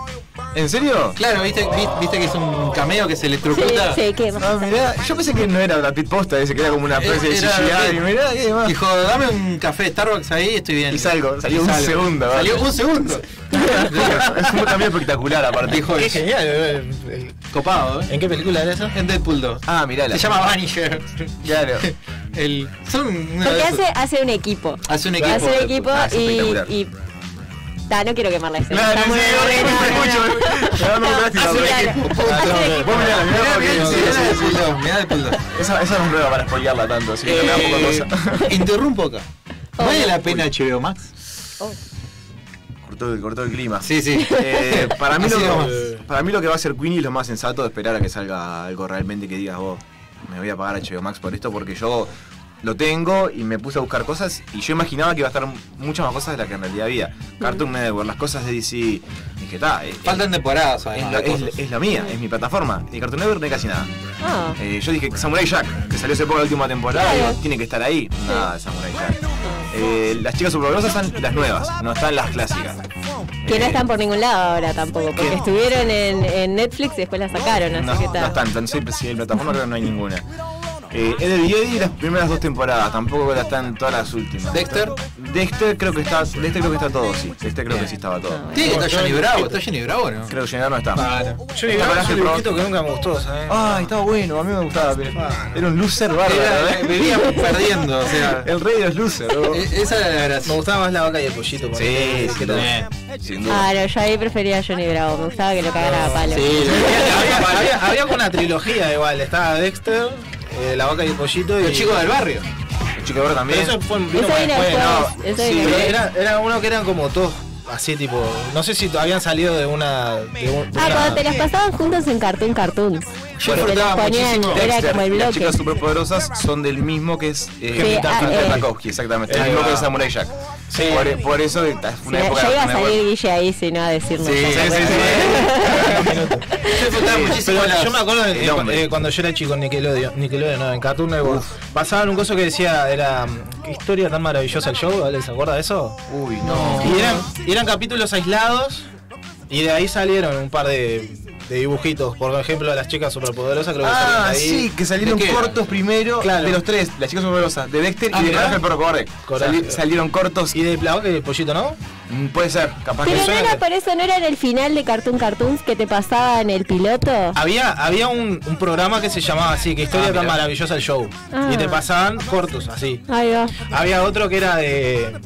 Speaker 6: ¿En serio?
Speaker 3: Claro, viste, vi- viste que es un cameo que se electrocuta.
Speaker 5: Sí, sí, ¿qué más?
Speaker 6: Ah, mirá, yo pensé que no era Brad Pitt posta ese, que era como una especie de
Speaker 3: Era-
Speaker 6: CGI, y mirá, y demás.
Speaker 3: Dijo, dame un café de Starbucks ahí, estoy bien.
Speaker 6: Y salgo, salió un segundo, ¿verdad?
Speaker 3: Salió un segundo.
Speaker 6: es un cambio espectacular aparte.
Speaker 3: Dijo,
Speaker 4: Qué
Speaker 3: es
Speaker 4: genial, el- el-
Speaker 3: copado, ¿eh?
Speaker 4: ¿En qué película era eso?
Speaker 3: En Deadpool 2.
Speaker 6: Ah, mirá.
Speaker 3: Se llama Vanisher.
Speaker 6: Claro.
Speaker 3: (laughs) El, son una de
Speaker 5: Porque
Speaker 3: esas-
Speaker 5: hace, hace un equipo.
Speaker 3: hace un equipo.
Speaker 5: hace un equipo
Speaker 6: Ah, es espectacular.
Speaker 5: y. y Ta, no quiero quemarla esa.
Speaker 6: Claro,
Speaker 5: Está
Speaker 6: sí,
Speaker 5: muy
Speaker 6: me
Speaker 5: buena,
Speaker 6: gusta
Speaker 5: no, no.
Speaker 6: mucho. Me da una lástima,
Speaker 5: Hace un
Speaker 6: porque-
Speaker 5: equipo.
Speaker 6: Ah,
Speaker 5: Hace un
Speaker 6: no,
Speaker 5: equipo.
Speaker 6: vos mirá, mirá,
Speaker 3: Mirá,
Speaker 6: porque-
Speaker 3: mirá,
Speaker 6: sí,
Speaker 3: sí,
Speaker 6: sí,
Speaker 3: mirá
Speaker 6: sí,
Speaker 3: Deadpool
Speaker 6: sí.
Speaker 3: 2, mirá Deadpool 2.
Speaker 6: Esa, esa no es nueva para spoilearla tanto, así que me da
Speaker 3: Eh,
Speaker 6: poca cosa.
Speaker 3: Interrumpo acá. ¿Vale la pena HBO Max?
Speaker 6: Cortó, el- cortó el clima.
Speaker 3: Sí, sí.
Speaker 6: Eh, para, mí lo
Speaker 3: Así nomás.
Speaker 6: que, para mí lo que va a hacer Queenie es lo más sensato de esperar a que salga algo realmente que digas vos, me voy a pagar HBO Max por esto porque yo lo tengo y me puse a buscar cosas y yo imaginaba que iba a estar muchas más cosas de las que en realidad había. Cartoon Network, las cosas de DC. Dije, está, es,
Speaker 3: Faltan temporadas,
Speaker 6: es
Speaker 3: además.
Speaker 6: la-
Speaker 3: de
Speaker 6: es
Speaker 3: cosas.
Speaker 6: la- es la mía, es mi plataforma. Y Cartoon Network no hay casi nada.
Speaker 5: Ah,
Speaker 6: Eh, yo dije Samurai Jack, que salió hace poco la última temporada,
Speaker 5: Claro.
Speaker 6: digo, tiene que estar ahí. Nada de Samurai Jack. Eh, las chicas superpoderosas están las nuevas, no están las clásicas.
Speaker 5: que no
Speaker 6: Eh,
Speaker 5: están por ningún lado ahora tampoco, porque
Speaker 6: ¿Qué?
Speaker 5: estuvieron en, en Netflix y después la sacaron, así
Speaker 6: No,
Speaker 5: que
Speaker 6: no
Speaker 5: está.
Speaker 6: están, tan siempre si hay plataforma creo que no hay ninguna. Eh, Ed and Eddie, las primeras dos temporadas, tampoco las están todas las últimas.
Speaker 3: Dexter.
Speaker 6: Dexter creo que está, Dexter creo que está todo, sí. Dexter creo que sí estaba todo.
Speaker 3: Tiene que estar Johnny Bravo. ¿Está Johnny Bravo no?
Speaker 6: Creo que Jenner no está.
Speaker 4: Yo vi
Speaker 6: Está
Speaker 4: un
Speaker 6: Coraje Pro.
Speaker 4: dibujito que nunca me gustó, ¿sabes?
Speaker 6: Ay, estaba bueno, a mí me gustaba, pero era un loser
Speaker 3: Era-
Speaker 6: bárbaro.
Speaker 3: venía perdiendo, o sea.
Speaker 6: El rey de los losers. ¿no?
Speaker 3: e- Esa era la
Speaker 4: Me
Speaker 3: gracia.
Speaker 4: gustaba más la vaca y el pollito.
Speaker 6: Sí,
Speaker 4: ponele, que
Speaker 6: sin
Speaker 4: tal.
Speaker 6: duda. Sin duda.
Speaker 5: Ah, no, yo ahí prefería a Johnny Bravo, me gustaba que lo cagara a palo.
Speaker 4: había, había- había como una trilogía igual, estaba Dexter, eh, la vaca y el pollito y...
Speaker 3: Los chicos del barrio.
Speaker 6: El chico verde
Speaker 4: Pero
Speaker 6: también.
Speaker 4: eso fue vino
Speaker 5: Eso
Speaker 4: más
Speaker 5: viene
Speaker 4: después,
Speaker 5: después,
Speaker 4: ¿no?
Speaker 5: eso
Speaker 6: sí,
Speaker 5: viene
Speaker 4: Pero
Speaker 5: después.
Speaker 4: era, era uno que eran como todos así tipo... No sé si habían salido de una... de un- de
Speaker 5: Ah,
Speaker 4: una-
Speaker 5: cuando te las pasaban juntos en Cartoon Cartoons.
Speaker 3: Yo
Speaker 5: Porque te las
Speaker 3: disfrutaba
Speaker 5: ponían,
Speaker 3: muchísimo
Speaker 5: era
Speaker 6: Dexter
Speaker 5: como el
Speaker 6: y las
Speaker 5: bloque.
Speaker 6: chicas superpoderosas son del mismo que es eh,
Speaker 5: Sí,
Speaker 6: Peter
Speaker 5: ah,
Speaker 6: Parker
Speaker 5: eh.
Speaker 6: Tarkovsky, exactamente.
Speaker 4: Ahí
Speaker 6: el mismo
Speaker 4: va.
Speaker 6: que es Samurai Jack.
Speaker 4: Sí.
Speaker 6: Por, por eso eh, fue una
Speaker 5: Sí,
Speaker 6: época
Speaker 5: ya iba a
Speaker 6: de Cartoon
Speaker 5: salir
Speaker 6: Network.
Speaker 5: Guille ahí si no a decirnos.
Speaker 6: Sí,
Speaker 5: cosas.
Speaker 6: sí, sí, sí.
Speaker 3: Yo disfrutaba muchísimo
Speaker 4: Pero
Speaker 3: las-
Speaker 4: yo me acuerdo de-
Speaker 6: el
Speaker 4: eh, cu-
Speaker 6: hombre.
Speaker 4: eh, cuando yo era chico en Nickelodeon, Nickelodeon no, en Cartoon Network, pasaban un coso que decía, era mm, qué historia tan maravillosa el show, ¿vale? ¿se acuerda de eso?
Speaker 6: Uy, no.
Speaker 4: Y eran, y eran capítulos aislados y de ahí salieron un par de, de dibujitos, por ejemplo las chicas superpoderosas creo que salieron de
Speaker 6: Ah,
Speaker 4: ahí.
Speaker 6: sí, que salieron
Speaker 3: ¿De qué?
Speaker 6: cortos primero
Speaker 4: Claro.
Speaker 6: de los tres, las chicas superpoderosas, de Dexter
Speaker 3: Ah,
Speaker 6: y de
Speaker 3: mirá.
Speaker 6: Coraje el Perro Cobarde.
Speaker 4: Coraje.
Speaker 6: Sali- salieron cortos
Speaker 4: Y
Speaker 6: y
Speaker 4: de Plao, que el pollito, ¿no?
Speaker 6: Mm, puede ser, capaz que
Speaker 5: Pero no
Speaker 4: suena
Speaker 5: era
Speaker 4: que-
Speaker 5: por eso, no era en el final de Cartoon Cartoons que te pasaban el piloto.
Speaker 6: Ah.
Speaker 4: Había, había un, un programa que se llamaba así, que historia tan maravillosa el show.
Speaker 5: Ah.
Speaker 4: Y te pasaban cortos así.
Speaker 5: Ahí va.
Speaker 4: Había otro que era de.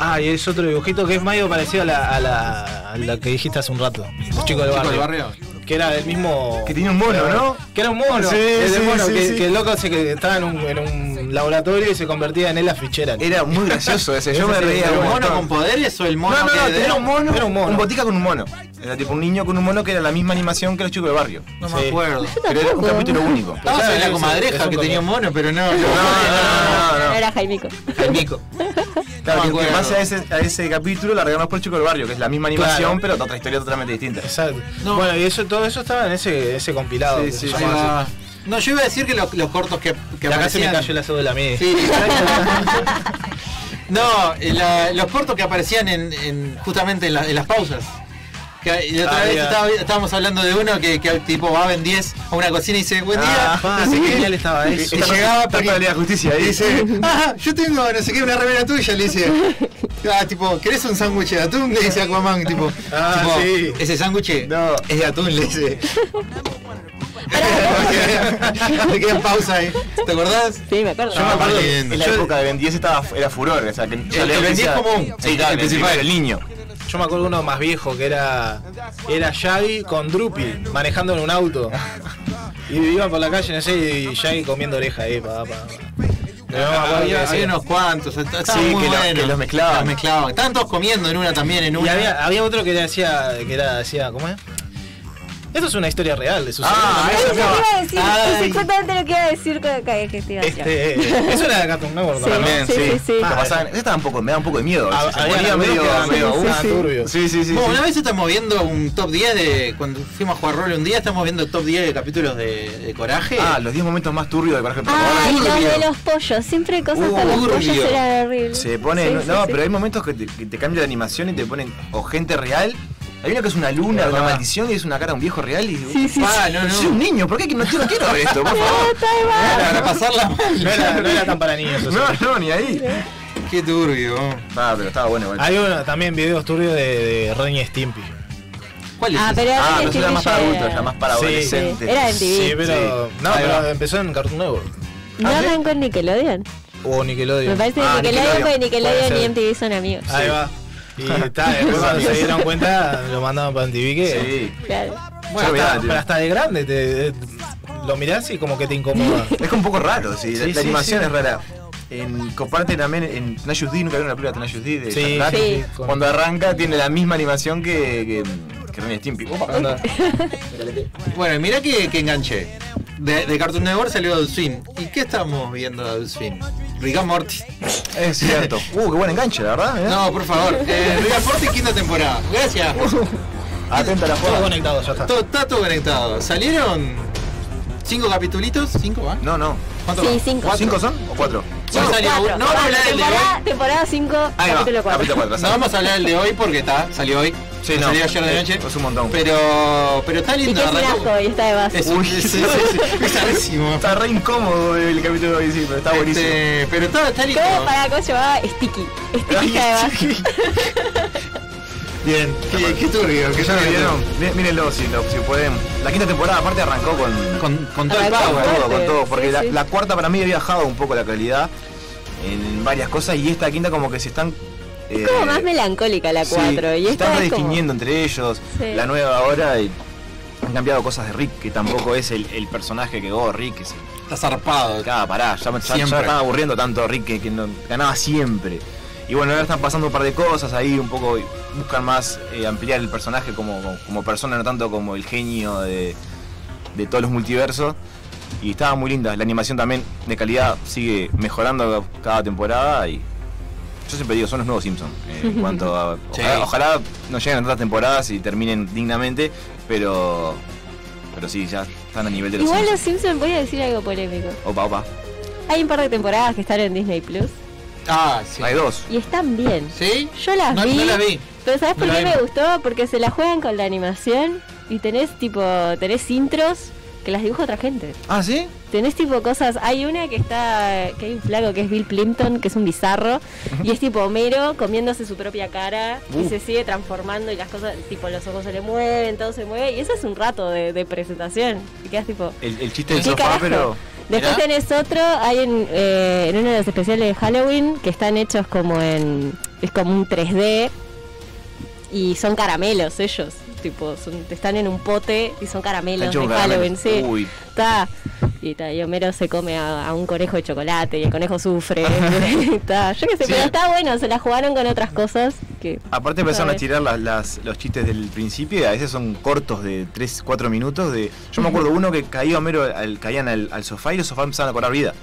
Speaker 4: Ah, y es otro dibujito que es medio parecido a la, a la, a la que dijiste hace un rato. Los chicos del
Speaker 3: Los chicos
Speaker 4: barrio.
Speaker 3: del barrio.
Speaker 4: Que era del mismo.
Speaker 6: que tiene un mono, ¿no?
Speaker 4: Que era un mono.
Speaker 6: Sí,
Speaker 4: es de
Speaker 6: sí,
Speaker 4: mono
Speaker 6: sí,
Speaker 4: que,
Speaker 6: sí.
Speaker 4: que el loco se, que estaba en un, en un laboratorio y se convertía en él la fichera.
Speaker 6: Era muy gracioso ese, yo me
Speaker 4: Ese sí,
Speaker 6: reía.
Speaker 4: era
Speaker 3: ¿El
Speaker 6: un
Speaker 3: mono
Speaker 6: montón.
Speaker 3: con poderes o el mono
Speaker 6: No, no,
Speaker 3: que
Speaker 6: no,
Speaker 3: de-
Speaker 6: era un mono,
Speaker 4: era un mono.
Speaker 6: un botica con un mono. Era tipo un niño con un mono que era la misma animación que los chicos del barrio.
Speaker 3: No me acuerdo.
Speaker 6: Pero era un capítulo único.
Speaker 3: Estaba
Speaker 4: Claro,
Speaker 3: en la
Speaker 4: sí, sí, es
Speaker 3: comadreja
Speaker 4: un
Speaker 3: que tenía
Speaker 4: comadre.
Speaker 3: un mono, pero no. no,
Speaker 6: no, no, no.
Speaker 5: No
Speaker 6: (laughs)
Speaker 5: era Jaimico.
Speaker 3: Jaimico.
Speaker 6: Claro,
Speaker 3: No me
Speaker 6: que- que en
Speaker 3: acuerdo.
Speaker 6: base a ese, a ese capítulo la regalamos por el chico del barrio, que es la misma animación,
Speaker 4: Claro.
Speaker 6: pero otra historia totalmente distinta.
Speaker 4: Exacto. Bueno, y eso, todo eso estaba en ese, ese compilado.
Speaker 6: Sí,
Speaker 4: que
Speaker 6: sí,
Speaker 4: se
Speaker 6: sí. Ah,
Speaker 4: llamaba así.
Speaker 3: No, yo iba a decir que los, los cortos que, que
Speaker 4: Y acá se me
Speaker 3: aparecían.
Speaker 4: cayó la cédula a mí.
Speaker 3: Sí, no, eh, la- los cortos que aparecían en, en- justamente en, la- en las pausas. Que, y la otra
Speaker 4: Ah,
Speaker 3: vez
Speaker 4: mira.
Speaker 3: estaba- estábamos hablando de uno que, que el tipo va en 10 a una cocina y dice, buen día.
Speaker 4: Ah,
Speaker 3: (laughs)
Speaker 4: pa,
Speaker 3: no sé
Speaker 4: qué
Speaker 3: qué.
Speaker 4: genial estaba
Speaker 3: Y-
Speaker 4: eso.
Speaker 3: Y llegaba
Speaker 6: para
Speaker 3: porque-
Speaker 6: la Liga de Justicia ahí.
Speaker 3: dice,
Speaker 4: (laughs)
Speaker 3: ah, yo tengo no sé qué, una remera tuya, le dice. Ah, tipo, ¿querés un sándwich de atún? Le dice Aquaman, tipo,
Speaker 4: Ah,
Speaker 3: tipo,
Speaker 4: sí.
Speaker 3: ese sándwich
Speaker 6: No.
Speaker 3: (laughs) es de atún, le dice.
Speaker 5: Para
Speaker 3: (laughs) Te quedan pausa ahí. ¿Te acordás?
Speaker 5: Sí, me acuerdo.
Speaker 3: Yo me acuerdo.
Speaker 6: En la
Speaker 3: Yo-
Speaker 6: época de Ben 10 estaba, era furor. O sea, que
Speaker 3: el Ben 10 como un-
Speaker 6: Sí, claro, el principal, el niño.
Speaker 4: Yo me acuerdo uno más viejo que era. Era Shaggy con Drupi manejando en
Speaker 6: (laughs)
Speaker 4: un auto. Y iban por la calle, no sé, y Shaggy comiendo oreja ahí, pa, pa, pa. Pero no me acuerdo qué
Speaker 3: había, había
Speaker 4: decía.
Speaker 3: unos cuantos. est- Estaban
Speaker 4: Ah, Sí,
Speaker 3: muy
Speaker 4: que lo-
Speaker 3: buenos.
Speaker 4: que los mezclaban.
Speaker 3: Los mezclaban. Estaban todos comiendo en una también, en
Speaker 4: Y
Speaker 3: una.
Speaker 4: había, había otro que decía, que era, decía, ¿cómo es? Esto es una historia real de sus
Speaker 3: Ah,
Speaker 5: Eso te iba a decir, es
Speaker 3: Ay.
Speaker 5: exactamente lo que iba a decir con
Speaker 4: (laughs)
Speaker 5: la
Speaker 4: Este, eso era de Cartoon Network,
Speaker 5: Sí,
Speaker 4: ¿verdad?
Speaker 6: También,
Speaker 5: sí,
Speaker 6: sí.
Speaker 5: sí, sí.
Speaker 6: Lo pasaban- ese estaba un poco, me da un poco de miedo.
Speaker 4: Ah,
Speaker 6: a veces, se
Speaker 4: había
Speaker 6: ponía
Speaker 4: amigos
Speaker 6: medio,
Speaker 4: que daban
Speaker 6: medio,
Speaker 4: miedo,
Speaker 6: uh,
Speaker 4: sí, sí.
Speaker 6: turbio. Sí, sí, sí.
Speaker 3: Bueno,
Speaker 6: sí.
Speaker 3: una vez estamos viendo un top 10 de. Cuando fuimos a jugar rol un día, estamos viendo el top 10 de capítulos de, de Coraje.
Speaker 6: Ah, los 10 momentos más turbios de Coraje
Speaker 5: Ay,
Speaker 6: Protagonista.
Speaker 5: Ah, los de
Speaker 3: Turbio.
Speaker 5: los pollos, siempre cosas
Speaker 3: Uh,
Speaker 5: con los pollos
Speaker 3: turbio.
Speaker 5: era horrible.
Speaker 6: Se pone.
Speaker 5: Sí,
Speaker 6: no,
Speaker 5: sí,
Speaker 6: no,
Speaker 5: sí.
Speaker 6: pero hay momentos que te, que te cambia la animación y te ponen o gente real. Hay uno que es una luna,
Speaker 4: Ajá.
Speaker 6: una maldición y es una cara de un viejo real. Y digo,
Speaker 5: Sí, sí,
Speaker 3: Ah, no,
Speaker 6: no,
Speaker 3: no.
Speaker 6: soy un niño, ¿por qué que no quiero, quiero ver esto? Por favor.
Speaker 3: Para pasarla mal.
Speaker 4: No era, no era tan para niños. o sea.
Speaker 6: No, no, ni ahí.
Speaker 3: Qué turbio.
Speaker 6: Ah, pero estaba bueno igual.
Speaker 4: Hay uno, también videos turbios de, de Ren y Stimpy.
Speaker 3: ¿Cuál es?
Speaker 5: Ah,
Speaker 3: ese?
Speaker 5: pero
Speaker 6: Ah, pero eso
Speaker 5: Steve
Speaker 6: era más para
Speaker 5: Jobs
Speaker 6: adultos, ya más para
Speaker 4: Sí.
Speaker 6: adolescentes.
Speaker 5: Era MTV.
Speaker 4: Sí, pero.
Speaker 6: Sí.
Speaker 4: No,
Speaker 6: Ahí
Speaker 4: pero
Speaker 6: va.
Speaker 4: empezó en Cartoon Network.
Speaker 5: No
Speaker 6: Ah, ¿sí?
Speaker 5: arrancó en Nickelodeon.
Speaker 4: O Nickelodeon.
Speaker 5: Me parece
Speaker 6: Ah,
Speaker 5: que Nickelodeon,
Speaker 6: Nickelodeon. Ah.
Speaker 5: porque Nickelodeon
Speaker 4: Puede
Speaker 5: y
Speaker 4: ser.
Speaker 5: MTV son amigos.
Speaker 4: Ahí va. Y está, después cuando se dieron cuenta, lo mandaban para MTV que.
Speaker 6: Sí.
Speaker 5: Claro.
Speaker 6: Ya
Speaker 4: Bueno,
Speaker 6: me
Speaker 4: hasta-
Speaker 6: da, tío.
Speaker 4: pero hasta de grande te, te- lo mirás y como que te
Speaker 5: (laughs)
Speaker 4: incomoda.
Speaker 6: Es como un poco raro, sí. la,
Speaker 4: Sí,
Speaker 6: la
Speaker 4: sí,
Speaker 6: animación
Speaker 4: sí.
Speaker 6: es rara. En, comparte también en Tenacious D, nunca vieron una película de Tenacious D de
Speaker 4: Sí,
Speaker 6: Jack Black?
Speaker 5: sí.
Speaker 6: Cuando arranca tiene la misma animación que, que, que Ren y Stimpy. Opa, anda.
Speaker 3: Bueno, y mirá que, que enganché. De, de Cartoon Network salió Adult Swim. ¿Y qué estamos viendo de Adult Swim? Rick and Morty.
Speaker 4: ¿Eh?
Speaker 6: Es cierto. Uh, qué buen enganche, la verdad. ¿eh?
Speaker 3: No, por favor. Eh, Rick and Morty quinta temporada. Gracias.
Speaker 6: Atenta a la
Speaker 4: Todo
Speaker 6: jugada.
Speaker 4: conectado, ya está.
Speaker 3: Todo, está todo conectado. Salieron cinco capitulitos. ¿Cinco va?
Speaker 6: No, no.
Speaker 3: ¿Cuánto
Speaker 5: Sí,
Speaker 3: va?
Speaker 5: cinco.
Speaker 3: ¿Cuatro?
Speaker 6: ¿Cinco son o cuatro?
Speaker 3: Hoy salió
Speaker 5: Cuatro.
Speaker 3: uno. No, no, la del de hoy.
Speaker 5: Temporada 5,
Speaker 6: Ahí va.
Speaker 5: capítulo 4.
Speaker 6: Capítulo cuatro.
Speaker 3: No vamos a hablar del de hoy porque está, salió hoy.
Speaker 6: Sí, no.
Speaker 3: Salió ayer de
Speaker 6: Eh,
Speaker 3: noche.
Speaker 6: es un montón.
Speaker 3: Pero, pero está
Speaker 5: Y que
Speaker 3: lindo.
Speaker 5: es un
Speaker 3: arrancó-
Speaker 5: asco y está de base.
Speaker 3: Es, un- (laughs) sí, sí, sí, sí, es rarísimo.
Speaker 6: Está re incómodo el capítulo de hoy, sí, pero está buenísimo.
Speaker 3: Este, pero está, está lindo.
Speaker 5: ¿Cómo para cómo se llamaba? Sticky. (laughs) Sticky
Speaker 6: Ay,
Speaker 5: está de base.
Speaker 6: Bien.
Speaker 3: Qué, qué turbio, que
Speaker 6: Que ya lo
Speaker 3: turbio.
Speaker 6: vieron. Mí- Mírenlo si, lo- si pueden. La quinta temporada aparte arrancó con,
Speaker 3: Con, con todo el
Speaker 5: Arrancó
Speaker 3: power.
Speaker 6: con todo, con todo,
Speaker 5: Ah, Sí,
Speaker 6: porque la,
Speaker 5: sí.
Speaker 6: la cuarta para mí había bajado un poco la calidad en varias cosas y esta quinta como que se están... eh,
Speaker 5: Como más melancólica la
Speaker 6: sí,
Speaker 5: 4. y
Speaker 6: se están
Speaker 5: esta es como.
Speaker 6: redefiniendo entre ellos.
Speaker 5: Sí.
Speaker 6: La nueva ahora y han cambiado cosas de Rick, que tampoco es el, el personaje que go Rick. Que se,
Speaker 3: Está zarpado.
Speaker 6: acá, pará, ya, me- ya- ya
Speaker 3: Siempre.
Speaker 6: me estaba aburriendo tanto Rick que, que no- ganaba siempre. Y bueno, ahora están pasando un par de cosas ahí, un poco buscan más eh, ampliar el personaje como, como, como persona, no tanto como el genio de, de todos los multiversos. Y estaba muy linda, la animación también de calidad sigue mejorando cada temporada y yo siempre digo, son los nuevos Simpsons. eh, en cuanto a,
Speaker 3: Sí.
Speaker 6: ojalá, ojalá no lleguen a tantas temporadas y terminen dignamente, pero pero sí, ya están a nivel de los
Speaker 5: Igual los
Speaker 6: Simpsons.
Speaker 5: Simpsons, voy a decir algo polémico.
Speaker 6: Opa, opa.
Speaker 5: Hay un par de temporadas que están en Disney Plus
Speaker 3: Ah, sí.
Speaker 6: Hay dos.
Speaker 5: y están bien.
Speaker 3: ¿Sí?
Speaker 5: Yo las
Speaker 3: No,
Speaker 5: vi.
Speaker 3: no las vi.
Speaker 5: Pero ¿sabes
Speaker 3: No
Speaker 5: por qué
Speaker 3: la vi.
Speaker 5: me gustó? Porque se la juegan con la animación y tenés tipo, tenés intros que las dibuja otra gente.
Speaker 6: Ah, ¿sí?
Speaker 5: Tenés tipo cosas, hay una que está, que hay un flaco que es Bill Plimpton, que es un bizarro, y es tipo Homero comiéndose su propia cara
Speaker 3: Uh.
Speaker 5: y se sigue transformando y las cosas, tipo los ojos se le mueven, todo se mueve, y eso es un rato de, de presentación. Y quedas tipo,
Speaker 6: El, el chiste del
Speaker 5: ¿Qué
Speaker 6: sofá,
Speaker 5: carajo?
Speaker 6: pero.
Speaker 5: Después
Speaker 3: Mirá.
Speaker 5: tenés otro, hay en, eh, en uno de los especiales de Halloween que están hechos como en. Es como un 3D y son caramelos ellos. Tipo, son- están en un pote y son caramelos
Speaker 6: Ancho
Speaker 5: de
Speaker 6: caramelo.
Speaker 5: Halloween, sí.
Speaker 6: Uy,
Speaker 5: Está. Y, está, y Homero se come a, a un conejo de chocolate y el
Speaker 6: (laughs)
Speaker 5: conejo sufre. (laughs) está. Yo qué sé,
Speaker 6: Sí.
Speaker 5: pero está bueno, se la jugaron con otras cosas que.
Speaker 6: aparte empezaron a
Speaker 5: Vale.
Speaker 6: tirar las, las- los chistes del principio, y a veces son cortos de 3, 4 minutos. De, yo me acuerdo uno que caía Homero, al, caían al, al sofá y los sofás empezaban a cobrar vida.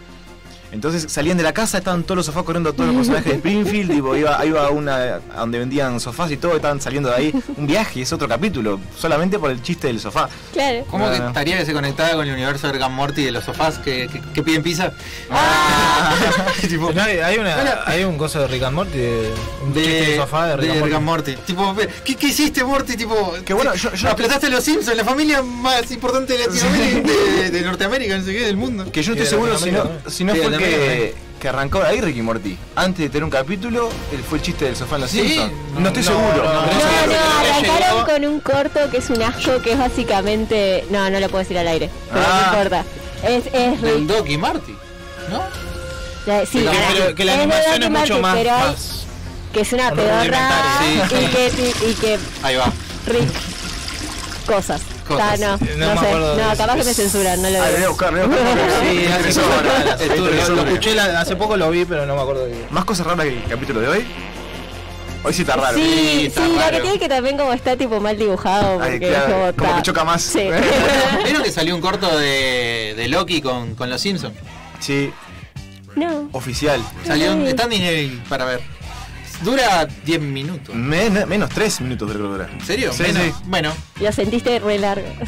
Speaker 6: Entonces salían de la casa, estaban todos los sofás corriendo todos los personajes de Springfield, tipo, iba, ahí iba a una a donde vendían sofás y todo, estaban saliendo de ahí. Un viaje, es otro capítulo, solamente por el chiste del sofá.
Speaker 5: Claro.
Speaker 3: ¿Cómo que
Speaker 6: Ah.
Speaker 3: estaría que se conectaba con el universo de Rick and Morty y de los sofás que, que- que piden pizza?
Speaker 5: Ah.
Speaker 3: (laughs) tipo,
Speaker 4: No, hay, hay una-
Speaker 3: Hola.
Speaker 4: hay un coso de Rick and Morty, de, un
Speaker 3: de,
Speaker 4: chiste de sofá de Rick and Morty.
Speaker 3: Morty. Tipo, ¿qué, qué hiciste, Morty? Tipo,
Speaker 6: Que bueno, yo- yo-
Speaker 3: explotaste a los Simpsons, la familia más importante de Latinoamérica, de, de Norteamérica, no sé qué, del mundo.
Speaker 6: Que yo no
Speaker 4: Sí,
Speaker 6: estoy
Speaker 4: de
Speaker 6: seguro si no,
Speaker 4: Latinoamérica,
Speaker 6: si
Speaker 3: Sí, de
Speaker 6: no fue que,
Speaker 3: Latinoamérica.
Speaker 6: que arrancó de ahí Ricky Morty. Antes de tener un capítulo, él fue el chiste del sofá en los
Speaker 5: ¿Sí?
Speaker 6: Simpsons. No, estoy
Speaker 5: no,
Speaker 6: seguro.
Speaker 5: no,
Speaker 6: no
Speaker 5: no,
Speaker 6: estoy seguro.
Speaker 5: no, arrancaron con un corto que es un asco, que es básicamente. No, no lo puedo decir al aire, pero
Speaker 3: Ah.
Speaker 5: no importa. Es, es
Speaker 3: Del
Speaker 5: Rick.
Speaker 3: Doc y Marty.
Speaker 5: Ya, Sí,
Speaker 3: Que la-
Speaker 5: es
Speaker 3: que la
Speaker 5: de
Speaker 3: animación es
Speaker 5: Documentary,
Speaker 3: mucho más-
Speaker 5: pero hay-
Speaker 3: más
Speaker 5: Que es una pedorra
Speaker 3: rudimentaria. Sí,
Speaker 5: y,
Speaker 3: sí.
Speaker 5: que, y- y que
Speaker 3: Ahí
Speaker 5: (laughs)
Speaker 3: va.
Speaker 5: Rick. Cosas.
Speaker 3: Cosas.
Speaker 5: Ah, no,
Speaker 3: No
Speaker 5: no,
Speaker 3: me
Speaker 5: sé.
Speaker 3: acuerdo de
Speaker 5: No, capaz
Speaker 3: eso.
Speaker 5: que me censuran, no lo
Speaker 6: Ah,
Speaker 5: veo.
Speaker 6: voy a buscar, voy a buscar.
Speaker 5: (laughs)
Speaker 4: Sí, hace
Speaker 6: Interesó,
Speaker 4: poco-
Speaker 6: ¿verdad?
Speaker 4: hace
Speaker 6: Estuvo
Speaker 4: poco
Speaker 6: interesante.
Speaker 4: lo, lo escuché, la- hace poco lo vi, pero no me acuerdo bien.
Speaker 6: Más cosas raras que el capítulo de hoy. Hoy sí está raro.
Speaker 5: Sí,
Speaker 6: está
Speaker 5: sí, lo que
Speaker 6: raro.
Speaker 5: tiene que también como está tipo mal dibujado,
Speaker 6: Ay,
Speaker 5: porque
Speaker 6: claro,
Speaker 5: es como,
Speaker 6: como
Speaker 5: ta-
Speaker 6: que choca más. (laughs)
Speaker 5: Sí. (laughs)
Speaker 3: ¿Vieron que salió un corto de, de Loki con, con los Simpsons?
Speaker 6: Sí,
Speaker 5: No.
Speaker 6: oficial.
Speaker 3: Salió, está en Disney para ver. Dura 10 minutos.
Speaker 6: Men- menos 3 minutos de dura.
Speaker 3: ¿En serio?
Speaker 6: Sí,
Speaker 3: Menos.
Speaker 6: sí.
Speaker 3: Bueno,
Speaker 5: Lo sentiste re largo. (laughs)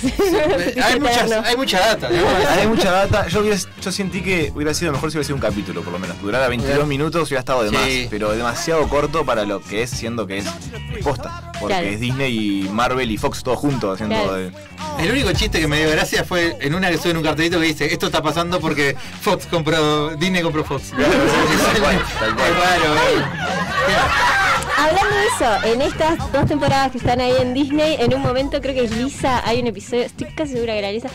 Speaker 3: hay, muchas,
Speaker 5: Eterno.
Speaker 3: hay mucha data. ¿no?
Speaker 6: Hay mucha data. Yo, hubiera- yo sentí que hubiera sido mejor si hubiera sido un capítulo, por lo menos. Durara 22
Speaker 3: Bien.
Speaker 6: minutos hubiera estado de
Speaker 3: Sí.
Speaker 6: más. Pero demasiado corto para lo que es, siendo que es posta. Porque
Speaker 5: Claro.
Speaker 6: es Disney y Marvel y Fox todos juntos haciendo.
Speaker 5: Claro.
Speaker 6: de-
Speaker 3: El único chiste que me dio gracia fue en una que suben un cartelito que dice esto está pasando porque Fox compró, Disney compró Fox.
Speaker 6: Tal cual, tal cual.
Speaker 3: Es raro, ¿eh?
Speaker 5: Hablando de eso, en estas dos temporadas que están ahí en Disney, en un momento creo que es Lisa, hay un episodio, estoy casi segura que era Lisa,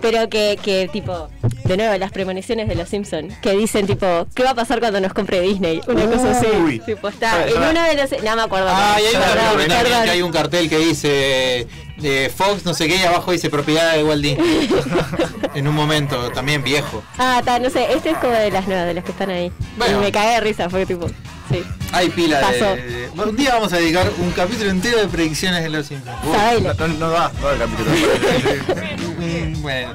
Speaker 5: pero que, que tipo, de nuevo, las premoniciones de los Simpsons, que dicen tipo, ¿qué va a pasar cuando nos compre Disney? Una cosa así.
Speaker 6: Uy.
Speaker 5: Tipo, está
Speaker 6: Pará,
Speaker 5: en
Speaker 6: pará.
Speaker 5: uno de los... e, No me acuerdo.
Speaker 3: Ah, y hay un
Speaker 5: Perdón,
Speaker 3: cartel también,
Speaker 5: perdón.
Speaker 3: que hay un cartel que dice eh, Fox, no sé qué, y abajo dice propiedad de Walt Disney. en un momento, también viejo.
Speaker 5: Ah, está, no sé, este es como de las nuevas, de las que están ahí.
Speaker 3: Bueno.
Speaker 5: Y me cagué de risa, fue tipo, sí.
Speaker 3: Hay pila
Speaker 5: Pasó.
Speaker 3: de... Un día vamos a dedicar un capítulo entero de predicciones de los Simpsons.
Speaker 6: Uy,
Speaker 5: Sabelo.
Speaker 6: no, no da, no da el capítulo.
Speaker 3: Mm, bueno.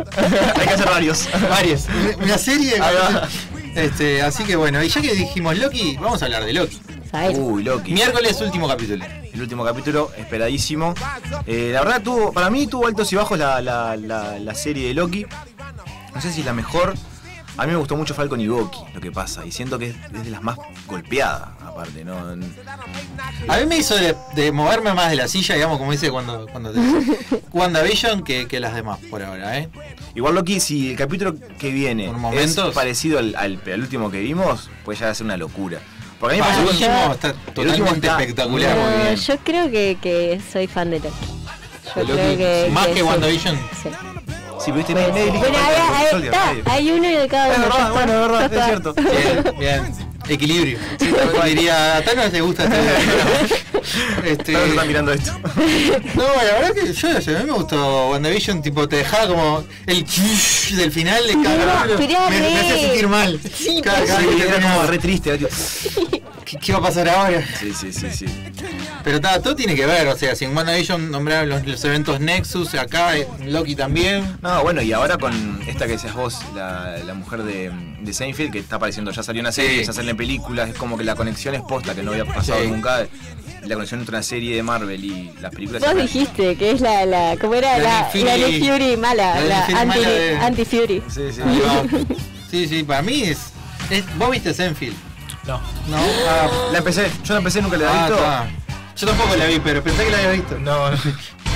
Speaker 6: Hay que hacer varios.
Speaker 3: Varios. Una serie.
Speaker 6: Ahí va.
Speaker 3: Este, así que bueno, y ya que dijimos Loki, vamos a hablar de Loki.
Speaker 5: Sabelo.
Speaker 3: Uh,
Speaker 6: Uy, Loki.
Speaker 3: Miércoles, último capítulo.
Speaker 6: El último capítulo, esperadísimo. Eh, la verdad, tuvo, para mí tuvo altos y bajos la, la- la- la serie de Loki. No sé si es la mejor. A mí me gustó mucho Falcon y Loki, lo que pasa. Y siento que es, es de las más golpeadas, aparte. ¿no?
Speaker 3: A mí me hizo de, de moverme más de la silla, digamos, como dice cuando, cuando te WandaVision que, que las demás por ahora, ¿eh?
Speaker 6: Igual Loki, si el capítulo que viene
Speaker 3: Por
Speaker 6: es
Speaker 3: momentos.
Speaker 6: parecido al, al- al último que vimos, pues ya va a ser una locura. Porque a mí me
Speaker 3: Para el
Speaker 6: pasó-
Speaker 3: último está
Speaker 6: el último
Speaker 3: totalmente
Speaker 6: está
Speaker 3: espectacular.
Speaker 6: muy
Speaker 5: No,
Speaker 6: bien.
Speaker 5: yo creo que, que soy fan de Loki. Yo
Speaker 3: ¿De
Speaker 5: creo
Speaker 3: Loki?
Speaker 5: que.
Speaker 3: ¿Más que
Speaker 5: sí.
Speaker 3: WandaVision?
Speaker 5: Sí.
Speaker 6: Si viste, nadie- nadie dijo
Speaker 5: Bueno, ahí,
Speaker 6: Falcon,
Speaker 5: ahí
Speaker 6: Soldier,
Speaker 5: está.
Speaker 6: nadie.
Speaker 5: Hay uno de cada
Speaker 6: Es
Speaker 5: uno.
Speaker 6: verdad, bueno, es verdad, es cierto.
Speaker 3: Bien, bien. Equilibrio. diría, a Thanos le gusta este. este
Speaker 6: Todos están mirando esto.
Speaker 3: No, la verdad que yo, yo- a mí me gustó WandaVision, tipo, te dejaba como el del final de cada
Speaker 5: Pero-
Speaker 3: capítulo.
Speaker 5: pero
Speaker 3: me, me
Speaker 5: re.
Speaker 3: hacía sentir mal. Cada- cada
Speaker 6: Sí,
Speaker 3: vez que
Speaker 6: era
Speaker 3: terminaba,
Speaker 6: como re triste. ¿no?
Speaker 3: ¿qué, qué va a pasar ahora?
Speaker 6: Sí, sí, sí, (laughs) sí.
Speaker 3: Pero ta, todo tiene que ver, o sea, si en WandaVision nombraron los, los eventos Nexus, acá eh, Loki también.
Speaker 6: No, bueno, y ahora con esta que decías vos, la, la mujer de, de Seinfeld, que está apareciendo, ya salió una serie,
Speaker 3: Sí.
Speaker 6: ya salen películas, es como que la conexión es posta, que no había pasado
Speaker 3: Sí.
Speaker 6: nunca. La conexión entre una serie de Marvel y las películas.
Speaker 5: Vos dijiste que es la. la ¿Cómo era? La,
Speaker 3: La Nick
Speaker 5: la
Speaker 3: Fury.
Speaker 5: Nick Fury
Speaker 3: La
Speaker 5: mala.
Speaker 3: Nick
Speaker 5: La,
Speaker 3: Fury
Speaker 5: anti,
Speaker 3: mala de-
Speaker 5: anti Fury.
Speaker 6: Sí, sí.
Speaker 3: Ahí va. Sí, sí, para mí es, es- ¿Vos viste Senfield?
Speaker 4: No.
Speaker 3: No. Ah,
Speaker 6: La empecé, yo la empecé, nunca la he
Speaker 3: ah,
Speaker 6: visto.
Speaker 3: ta. Yo tampoco la vi, pero pensé que la había visto.
Speaker 4: No, no.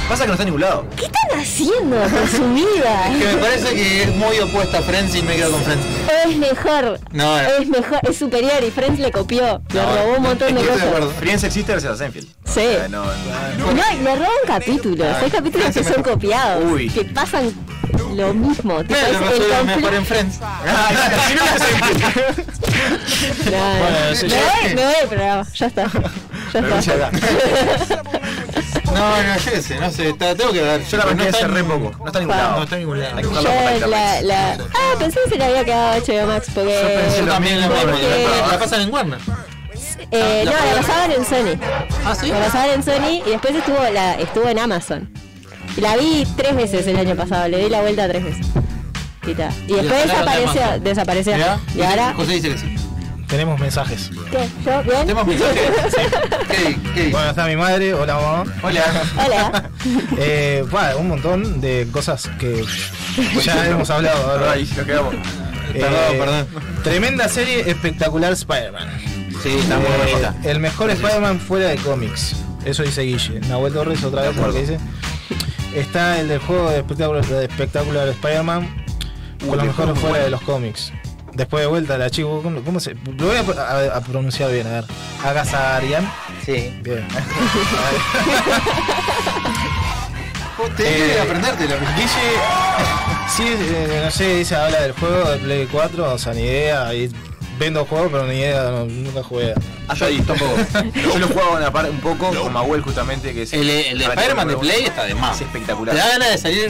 Speaker 6: Pasa que no está en ningún lado.
Speaker 5: ¿Qué están haciendo con
Speaker 3: (laughs)
Speaker 5: su
Speaker 3: Que
Speaker 5: vida?
Speaker 3: me parece que es muy opuesta a Friends y me quedo con Friends.
Speaker 5: Es mejor.
Speaker 3: No, no.
Speaker 5: Es mejor. Es superior y Friends le copió. Le
Speaker 3: No,
Speaker 5: robó un montón de
Speaker 3: estoy de
Speaker 5: cosas.
Speaker 3: acuerdo.
Speaker 6: Friends existe gracias a Seinfeld.
Speaker 5: Sí.
Speaker 6: O sea, no, no.
Speaker 5: No, y le roban capítulos. Hay capítulos que son copiados.
Speaker 6: Uy.
Speaker 5: Que pasan lo mismo. Tipo,
Speaker 3: Pero
Speaker 5: es el
Speaker 3: resulta
Speaker 5: comple-
Speaker 3: mejor en Friends.
Speaker 6: Ah, si no, no sé.
Speaker 5: No,
Speaker 4: Bueno,
Speaker 5: no.
Speaker 4: eso
Speaker 5: me,
Speaker 4: ya-
Speaker 5: voy, me voy del programa, ya está. Ya
Speaker 6: Renuncia
Speaker 5: está.
Speaker 6: acá.
Speaker 5: (laughs)
Speaker 3: No, no, yo sé, no sé, está- tengo que ver.
Speaker 6: Yo la
Speaker 3: no
Speaker 6: arranqué
Speaker 3: está
Speaker 6: hace
Speaker 3: en-
Speaker 6: re poco. No está en ningún
Speaker 5: Pa.
Speaker 6: lado.
Speaker 3: No está en ningún lado.
Speaker 6: Hay que buscarlo por
Speaker 5: Yo la,
Speaker 6: Internet.
Speaker 5: la... Ah, pensé que se le había quedado HBO Max
Speaker 3: Yo
Speaker 5: porque...
Speaker 3: también la,
Speaker 5: porque-
Speaker 3: la, la pasan en Warner.
Speaker 5: eh,
Speaker 3: la
Speaker 5: no, la
Speaker 3: podemos-
Speaker 5: pasaban en Sony.
Speaker 3: Ah, sí.
Speaker 5: La pasaban en Sony y después estuvo, la, estuvo en Amazon. Y la vi tres veces el año pasado, le di la vuelta tres veces. Y, ta. Y después
Speaker 3: sacaron de
Speaker 5: desapareció,
Speaker 3: Amazon.
Speaker 5: desapareció.
Speaker 3: Mirá,
Speaker 5: Y ahora...
Speaker 3: José dice que sí.
Speaker 4: Tenemos mensajes.
Speaker 5: ¿Qué? ¿Yo? ¿Bien?
Speaker 3: ¿Tenemos mensajes? ¿Qué, qué dice?
Speaker 4: Bueno, está mi madre, hola mamá.
Speaker 3: Hola.
Speaker 5: (laughs) Hola.
Speaker 4: Eh, bah, un montón de cosas que ya hemos hablado. ¿verdad?
Speaker 6: Ay, nos quedamos.
Speaker 4: Eh,
Speaker 3: Perdón, perdón.
Speaker 4: Tremenda serie, espectacular Spider-Man.
Speaker 3: Sí, está muy
Speaker 4: Eh,
Speaker 3: bonita.
Speaker 4: el mejor Spider-Man fuera de cómics. Eso dice Guille. Nahuel Torres, otra vez lo que dice. Está el del juego de espectacular, de espectacular Spider-man. Con lo mejor fuera de los cómics. después de vuelta la chico, ¿cómo, cómo se.? Lo voy a, pro- a- a pronunciar bien, a ver. Agasarian.
Speaker 12: Sí.
Speaker 6: (laughs)
Speaker 4: Bien.
Speaker 3: Tenés que aprenderte la
Speaker 4: Dice. (laughs) Sí, eh, no sé, dice, habla del juego de Play 4, o sea, ni idea. y vendo juegos, pero ni idea, no- nunca jugué.
Speaker 6: Ah, Yo ahí
Speaker 3: (laughs)
Speaker 6: tampoco. Yo lo jugaba a la par un poco con Mahuel justamente que es
Speaker 4: El- el de
Speaker 6: fanático
Speaker 4: Spider-Man de
Speaker 6: juego.
Speaker 4: Play está de más.
Speaker 6: Es espectacular.
Speaker 3: Te da ganas de salir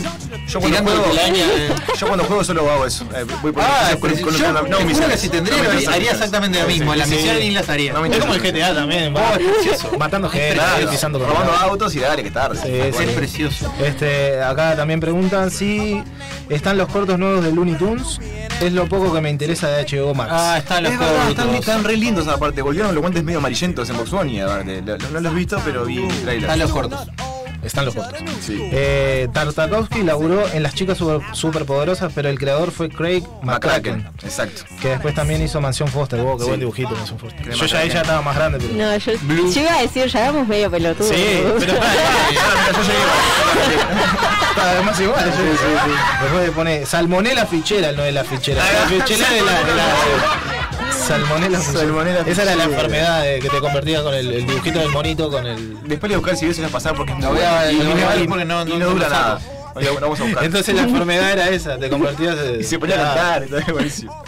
Speaker 6: yo cuando
Speaker 3: tirando
Speaker 6: juego, (laughs)
Speaker 3: telaraña, eh.
Speaker 6: yo cuando juego solo hago eso. Eh, voy por
Speaker 3: Ah,
Speaker 6: misiones
Speaker 3: pero yo
Speaker 6: no,
Speaker 3: te
Speaker 6: no,
Speaker 3: juro
Speaker 6: misiones.
Speaker 3: que si tendría,
Speaker 6: No, misiones.
Speaker 3: haría exactamente lo mismo. Las misiones ni las haría.
Speaker 6: No me
Speaker 4: es como el
Speaker 6: interesa.
Speaker 4: GTA también,
Speaker 6: Oh, es precioso.
Speaker 4: matando gente,
Speaker 6: Claro,
Speaker 4: pisando con
Speaker 6: robando
Speaker 4: la-
Speaker 6: autos y dale que tarde.
Speaker 4: Sí,
Speaker 6: Tal
Speaker 4: sí.
Speaker 6: cual.
Speaker 3: precioso.
Speaker 4: Este, acá también preguntan si están los cortos nuevos de Looney Tunes. Es lo poco que me interesa de HBO Max.
Speaker 3: Ah, están
Speaker 6: Es verdad, están, están re lindos aparte. Volvieron los guantes medio amarillentos en Box Bunny, aparte. Lo- lo- No los he visto, pero vi el trailer.
Speaker 4: Están los cortos. Están los cortos.
Speaker 6: Sí.
Speaker 4: Eh, Tartakovsky laburó en Las Chicas super, Superpoderosas, pero el creador fue Craig McCracken,
Speaker 6: McCracken,
Speaker 3: Eh,
Speaker 6: exacto.
Speaker 4: que después también hizo Mansión Foster. Wow, qué
Speaker 6: Sí.
Speaker 4: buen dibujito Mansión Foster.
Speaker 6: Craig
Speaker 4: Yo ya ahí
Speaker 6: McCracken.
Speaker 4: ya estaba más grande, pero...
Speaker 5: No, yo,
Speaker 4: Blue.
Speaker 5: yo iba a decir, ya vamos medio pelotudo.
Speaker 4: Sí, pero
Speaker 6: Ah,
Speaker 3: (laughs)
Speaker 4: Además igual, sí, sí, sí. Después le pone salmonela fichera, no es la fichera. La fichera es la, la- salmonela, fichera.
Speaker 6: Salmonela
Speaker 4: Esa era
Speaker 6: fichera.
Speaker 4: la enfermedad
Speaker 6: eh.
Speaker 4: de- que te convertía con el, el dibujito del monito, con el.
Speaker 6: Después le voy a buscar si ves a pasar porque es muy
Speaker 3: Lo voy a-
Speaker 6: bueno.
Speaker 3: lo voy a
Speaker 6: y,
Speaker 3: ver
Speaker 6: y-
Speaker 3: porque no-
Speaker 6: y
Speaker 3: no-
Speaker 6: no
Speaker 3: no
Speaker 6: dura
Speaker 3: lo
Speaker 6: nada.
Speaker 3: saco.
Speaker 6: Oye, bueno, vamos a buscar.
Speaker 4: Entonces la enfermedad era esa, te convertías. eh,
Speaker 6: Y se ponía a
Speaker 4: nada.
Speaker 6: pues cantar, y todo, buenísimo.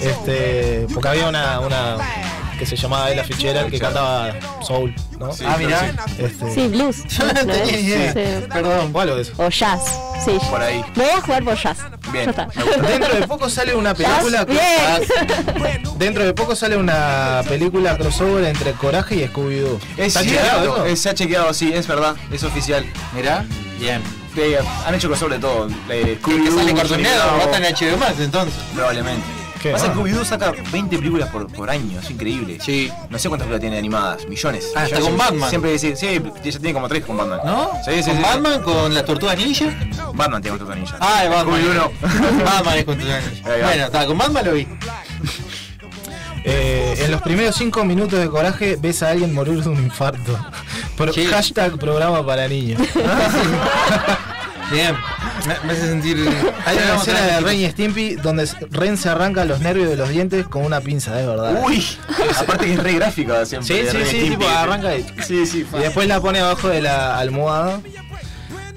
Speaker 4: Este, porque había una, una que se llamaba Ella Fitzgerald que cantaba Soul, ¿no?
Speaker 6: Sí, Ah, mirá.
Speaker 4: Este,
Speaker 5: Sí, (laughs) blues.
Speaker 4: (laughs)
Speaker 5: ¿no es? Sí.
Speaker 4: Perdón, o algo de eso.
Speaker 5: O jazz. Sí.
Speaker 6: Por ahí.
Speaker 5: Me voy a jugar por jazz.
Speaker 6: Bien,
Speaker 5: Ya está.
Speaker 6: me gusta.
Speaker 4: Dentro de poco sale una película.
Speaker 5: Bien. (laughs)
Speaker 4: Dentro de poco sale una película crossover entre Coraje y Scooby-Doo.
Speaker 6: Es
Speaker 4: ¿Está chequeado
Speaker 6: cierto,
Speaker 4: eso?
Speaker 6: es- se ha chequeado, sí, es verdad, es oficial.
Speaker 3: Mirá, bien.
Speaker 6: Eh, han hecho crossover de todo. eh,
Speaker 3: El que
Speaker 6: Scooby-Doo,
Speaker 3: sale cartoneado,
Speaker 6: Johnny
Speaker 3: va a
Speaker 6: Bravo,
Speaker 3: estar en HBO Max entonces.
Speaker 6: Probablemente.
Speaker 4: ¿Qué?
Speaker 6: Pasa que
Speaker 4: Ah.
Speaker 6: Scooby-Doo saca 20 películas por, por año, es increíble.
Speaker 3: Sí.
Speaker 6: No sé cuántas películas tiene animadas, millones.
Speaker 3: Ah, hasta
Speaker 6: Yo
Speaker 3: con
Speaker 6: siempre-
Speaker 3: Batman.
Speaker 6: Siempre decir, sí, ya tiene como tres con Batman.
Speaker 3: ¿No?
Speaker 6: Sí, sí,
Speaker 3: ¿Con
Speaker 6: sí, sí.
Speaker 3: Batman? ¿Con las tortugas ninja?
Speaker 6: Batman tiene otra anilla.
Speaker 3: Ah, es Batman.
Speaker 6: Scooby-Doo no.
Speaker 3: (laughs) Batman es con tortugas ninja.
Speaker 6: Ahí va.
Speaker 3: Bueno, está, con Batman lo
Speaker 6: (laughs)
Speaker 3: vi.
Speaker 4: Eh, en los primeros 5 minutos de Coraje ves a alguien morir de un infarto. (laughs) Por
Speaker 3: Sí.
Speaker 4: hashtag programa para niños.
Speaker 3: Bien. Me, me hace sentir. eh,
Speaker 4: Hay
Speaker 3: Ya
Speaker 4: una
Speaker 3: vamos a
Speaker 4: escena
Speaker 3: traer
Speaker 4: de
Speaker 3: el
Speaker 4: Ren y Stimpy donde Ren se arranca los nervios de los dientes con una pinza,
Speaker 3: (laughs)
Speaker 4: es verdad.
Speaker 6: Uy, aparte que es re gráfica siempre.
Speaker 4: Sí, sí,
Speaker 6: re
Speaker 4: sí,
Speaker 6: timpi.
Speaker 4: tipo, arranca y,
Speaker 6: Sí, sí, fa-
Speaker 4: y después la pone abajo de la almohada.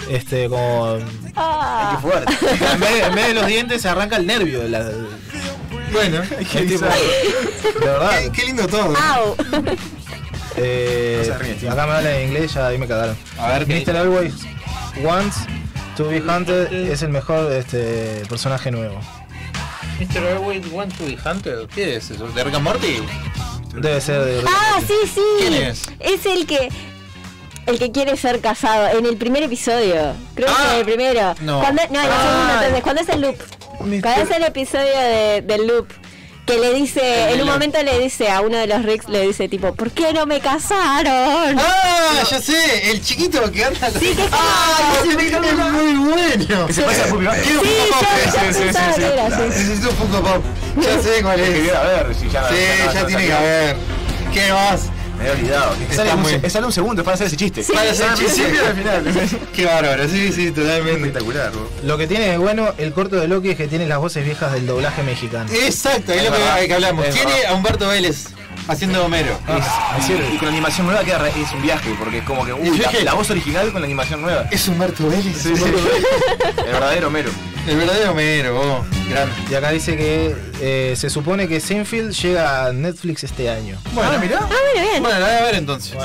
Speaker 4: Este, como. En
Speaker 6: qué (laughs) fuerte.
Speaker 4: vez, en vez de los dientes se arranca el nervio de la. es
Speaker 3: Bueno,
Speaker 4: tipo, de verdad.
Speaker 3: qué, qué lindo todo.
Speaker 5: Au.
Speaker 4: Eh,
Speaker 6: No se ríe, tío.
Speaker 4: acá me hablan en inglés, ya ahí me cagaron.
Speaker 3: A ver, ¿qué
Speaker 4: Mr. Always Once to be Hunted es el mejor este, personaje nuevo.
Speaker 3: Mr. Always Want to be Hunter. ¿Qué es eso? ¿De Rick and Morty?
Speaker 4: Debe ser de.
Speaker 5: Ah, sí, sí.
Speaker 3: ¿Quién es?
Speaker 5: el que. El que quiere ser casado en el primer episodio. Creo que
Speaker 3: Ah.
Speaker 5: en el primero.
Speaker 3: No.
Speaker 5: Cuando, no, en el segundo,
Speaker 3: Ah.
Speaker 5: entonces, cuando es el loop. Cuando es el episodio de- del loop. Que le dice, en un momento le dice a uno de los Ricks, le dice tipo, ¿por qué no me casaron?
Speaker 3: ¡Ah! Ya sé, el chiquito que anda.
Speaker 5: Sí, que es
Speaker 3: ¡Ah!
Speaker 5: como-
Speaker 3: ese video es muy bueno.
Speaker 6: Que se pasa Pupi, ¿no? Quiero
Speaker 5: Sí,
Speaker 6: un poco
Speaker 5: yo-
Speaker 6: de-
Speaker 5: yo
Speaker 6: sí, sí, sí,
Speaker 5: pensaba
Speaker 6: sí,
Speaker 5: que era
Speaker 6: claro.
Speaker 5: así.
Speaker 3: Necesito un poco pop. Ya sé cuál
Speaker 6: Tiene que
Speaker 3: es.
Speaker 6: ver, a ver si ya.
Speaker 3: Sí, ya tiene que haber. ¿Qué más?
Speaker 6: Me había olvidado. Es
Speaker 3: Está
Speaker 6: sale, un,
Speaker 3: muy-
Speaker 6: se- sale un segundo para hacer ese chiste.
Speaker 5: Sí.
Speaker 3: Para
Speaker 6: Sale
Speaker 3: hacer
Speaker 6: al
Speaker 3: chiste.
Speaker 6: principio y al final.
Speaker 3: (laughs) Qué bárbaro, sí, sí, totalmente.
Speaker 6: Espectacular, bro.
Speaker 4: Lo que tiene de bueno el corto de Loki es que tiene las voces viejas del doblaje mexicano.
Speaker 3: Exacto, es lo
Speaker 6: verdad,
Speaker 3: que, que hablamos.
Speaker 6: es
Speaker 3: Tiene
Speaker 6: verdad. Ah.
Speaker 3: a Humberto Vélez haciendo Homero.
Speaker 6: Y con la animación nueva queda re- es un viaje, porque es como que uy, la, la voz original con la animación nueva.
Speaker 3: Es Humberto Vélez.
Speaker 6: El verdadero Homero.
Speaker 3: El verdadero Homero, vos. Grande.
Speaker 4: Y acá dice que eh, se supone que Seinfeld llega a Netflix este año.
Speaker 3: Bueno, mirá.
Speaker 5: Ah, bueno, bien.
Speaker 3: Bueno, la voy a ver entonces.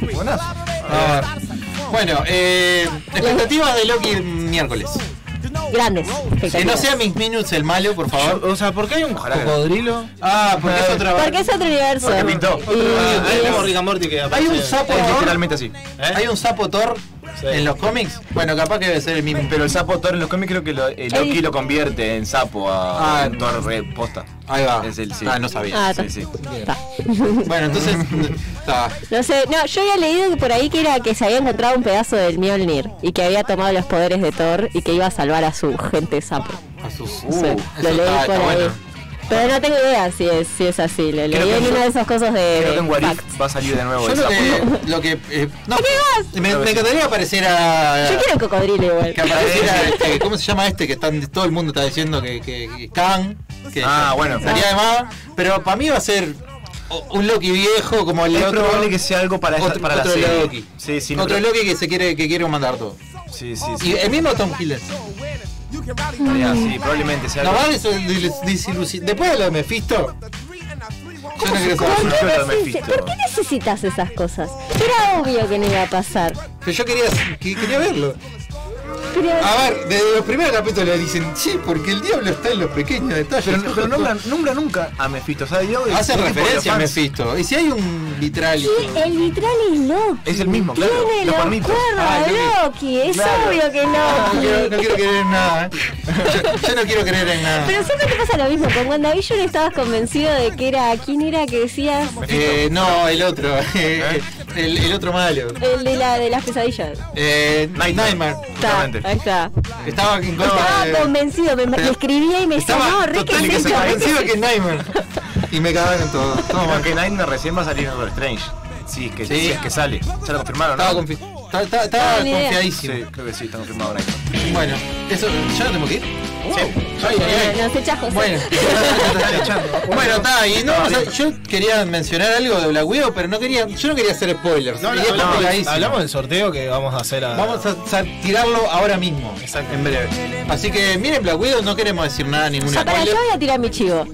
Speaker 4: Buenazo.
Speaker 3: A ver. Bueno, eh, expectativas de Loki el miércoles.
Speaker 5: Grandes.
Speaker 3: Que no
Speaker 5: espectaculares.
Speaker 3: sea Mis Minutes el malo, por favor.
Speaker 4: O sea, ¿por qué hay un
Speaker 6: Ojalá que-
Speaker 4: cocodrilo?
Speaker 3: Ah, porque es otra
Speaker 5: Porque es otro universo.
Speaker 6: Porque pintó.
Speaker 5: Y-
Speaker 4: Ah,
Speaker 5: y
Speaker 4: ahí
Speaker 5: es-
Speaker 4: tenemos Rick and Morty que
Speaker 3: Hay
Speaker 4: aparece. ¿Eh?
Speaker 3: un sapo
Speaker 6: Es
Speaker 3: Thor.
Speaker 6: literalmente así.
Speaker 3: Hay un sapo Thor
Speaker 4: Sí.
Speaker 3: en los cómics. Bueno, capaz que debe ser el mismo.
Speaker 6: Pero el sapo Thor en los cómics creo que lo, eh, Loki lo convierte en sapo a
Speaker 3: Ah,
Speaker 6: a un Thor re posta.
Speaker 3: Ahí va.
Speaker 6: Es el sí.
Speaker 3: Ah, no sabía.
Speaker 5: Ah,
Speaker 6: Sí, sí.
Speaker 5: está.
Speaker 3: Bueno, entonces. está.
Speaker 5: No sé, no, yo había leído que por ahí que era que se había encontrado un pedazo del Mjolnir y que había tomado los poderes de Thor y que iba a salvar a su gente sapo.
Speaker 3: A sus-
Speaker 5: Sí,
Speaker 3: Uh,
Speaker 5: lo
Speaker 3: eso
Speaker 5: leí
Speaker 3: está- está
Speaker 5: por ahí.
Speaker 3: bueno.
Speaker 5: Pero no tengo idea si es, si es así. Lo leí
Speaker 6: que
Speaker 5: en
Speaker 6: yo-
Speaker 5: una de esas cosas de.
Speaker 6: Creo que en What If
Speaker 5: fact.
Speaker 6: va a salir de nuevo
Speaker 3: Yo
Speaker 6: esa
Speaker 3: lo
Speaker 6: foto.
Speaker 3: que. (laughs) Lo que eh, no,
Speaker 5: ¿Qué
Speaker 3: me, me encantaría aparecer a.
Speaker 5: Yo quiero un cocodrilo igual.
Speaker 3: Que apareciera este, ¿Cómo se llama este? Que están, todo el mundo está diciendo que. que, que Kang. Que,
Speaker 6: Ah, bueno.
Speaker 3: Estaría de más. Pero para mí va a ser o- un Loki viejo como el
Speaker 6: Es
Speaker 3: otro.
Speaker 6: probable que sea algo para, esa-
Speaker 3: otro,
Speaker 6: para la
Speaker 3: otro
Speaker 6: serie.
Speaker 3: Loki.
Speaker 6: Sí, sí,
Speaker 3: otro
Speaker 6: pero-
Speaker 3: Loki que se quiere, que quiere mandar todo.
Speaker 6: Sí, sí, sí.
Speaker 3: Y el mismo Tom Hiddleston.
Speaker 6: Estaría- sí, probablemente sea
Speaker 3: No
Speaker 6: algo.
Speaker 3: vale eso de dis- disilusi- Después de lo de Mephisto. Yo no quiero
Speaker 5: ¿Por
Speaker 3: saber.
Speaker 5: qué,
Speaker 6: Yo lo
Speaker 5: neces-
Speaker 6: Mephisto.
Speaker 5: ¿Por qué necesitas esas cosas? Era obvio que no iba a pasar.
Speaker 3: Pero yo quería, que- quería verlo.
Speaker 5: Pero-
Speaker 6: Ah,
Speaker 3: A ver, desde los primeros capítulos dicen, sí, porque el diablo está en los pequeños detalles.
Speaker 6: Pero, pero nombra, nombra nunca a Mephisto. O sea, yo-
Speaker 3: Hace
Speaker 6: yo tipo
Speaker 3: referencia a
Speaker 6: de fans.
Speaker 3: Mephisto. Y si hay un vitralio.
Speaker 5: Y el Vitralis no.
Speaker 6: Es el mismo, claro.
Speaker 5: Tiene
Speaker 6: Los
Speaker 5: los
Speaker 6: cuernitos.
Speaker 5: cuernos
Speaker 3: Ah,
Speaker 5: de
Speaker 3: yo-
Speaker 5: Loki. Es
Speaker 6: Claro. Ah,
Speaker 5: obvio que
Speaker 3: No,
Speaker 5: no.
Speaker 3: quiero, no quiero creer en nada. ¿eh? Yo, yo no quiero creer en nada.
Speaker 5: Pero siempre te pasa lo mismo. Con WandaVision estabas convencido de que era. ¿Quién era que decías?
Speaker 3: Eh, no, el otro. (laughs) eh, el, el otro malo.
Speaker 5: El de, la, de las pesadillas.
Speaker 3: Eh, Nightmare.
Speaker 5: Está,
Speaker 6: Justamente.
Speaker 5: ahí está.
Speaker 3: Estaba en contra
Speaker 5: Estaba
Speaker 3: de...
Speaker 5: convencido, me, le escribía y me decía, no,
Speaker 3: eh, Estaba
Speaker 5: re que es
Speaker 3: totalmente
Speaker 5: esto, re que
Speaker 3: convencido
Speaker 5: es
Speaker 3: que es Nightmare. Y me cagaron todo. todo mal.
Speaker 6: Como que Nightmare recién va a salir en Doctor Strange. Sí, es que,
Speaker 3: Sí.
Speaker 6: sí, es que sale. ¿Ya lo confirmaron?
Speaker 3: Estaba,
Speaker 6: ¿no?
Speaker 3: confi estaba, estaba- estaba
Speaker 5: No, ni idea.
Speaker 3: confiadísimo.
Speaker 6: Sí, creo que sí, está confirmado Nightmare.
Speaker 3: Bueno, eso, ¿ya no tengo que ir? Ay, ay, ay.
Speaker 5: esto. Eh, No, se chajos. (laughs)
Speaker 3: Bueno, bueno, está, y no, o sea, yo quería mencionar algo de Black Widow, pero no quería, yo no quería hacer spoilers.
Speaker 4: No,
Speaker 3: Y
Speaker 4: no,
Speaker 3: esto
Speaker 4: hablamos,
Speaker 3: es pegadísimo.
Speaker 4: hablamos del sorteo que vamos a hacer a.
Speaker 3: Vamos a, a tirarlo ahora mismo,
Speaker 4: Exacto.
Speaker 3: en breve. Así que miren Black Widow, no queremos decir nada, ningún
Speaker 5: Ah, para, yo
Speaker 3: spoiler.
Speaker 5: voy a tirar mi chivo.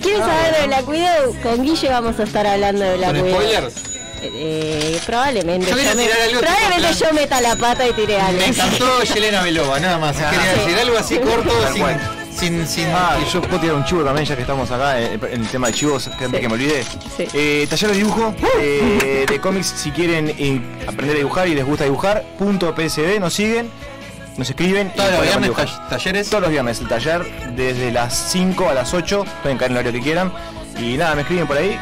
Speaker 5: ¿Quieren saber de Black Widow? Con Guille vamos a estar hablando de Black
Speaker 3: ¿Con
Speaker 5: Widow.
Speaker 3: spoilers?
Speaker 5: Eh, eh, probablemente.
Speaker 3: Yo quería
Speaker 5: me-
Speaker 3: tirar algo
Speaker 5: probablemente
Speaker 3: tipo
Speaker 5: yo meta la pata y tire algo.
Speaker 3: Me encantó Yelena Belova, nada más. Quería
Speaker 5: sí.
Speaker 3: decir algo así corto,
Speaker 6: Tal
Speaker 3: sin...
Speaker 6: cual.
Speaker 3: sin, sin
Speaker 6: Ah, y yo puedo tirar un chivo también, ya que estamos acá eh, en el tema de chivos, que, que me olvidé.
Speaker 5: Sí.
Speaker 6: Eh, taller de dibujo eh, de cómics, si quieren in- aprender a dibujar y les gusta dibujar, punto PSD, nos siguen, nos escriben. y
Speaker 3: Todos los
Speaker 6: podemos
Speaker 3: viernes
Speaker 6: dibujar.
Speaker 3: tall- talleres.
Speaker 6: Todos los viernes, el taller desde las 5 a las 8, pueden caer en el horario que quieran. Y nada, me escriben por ahí.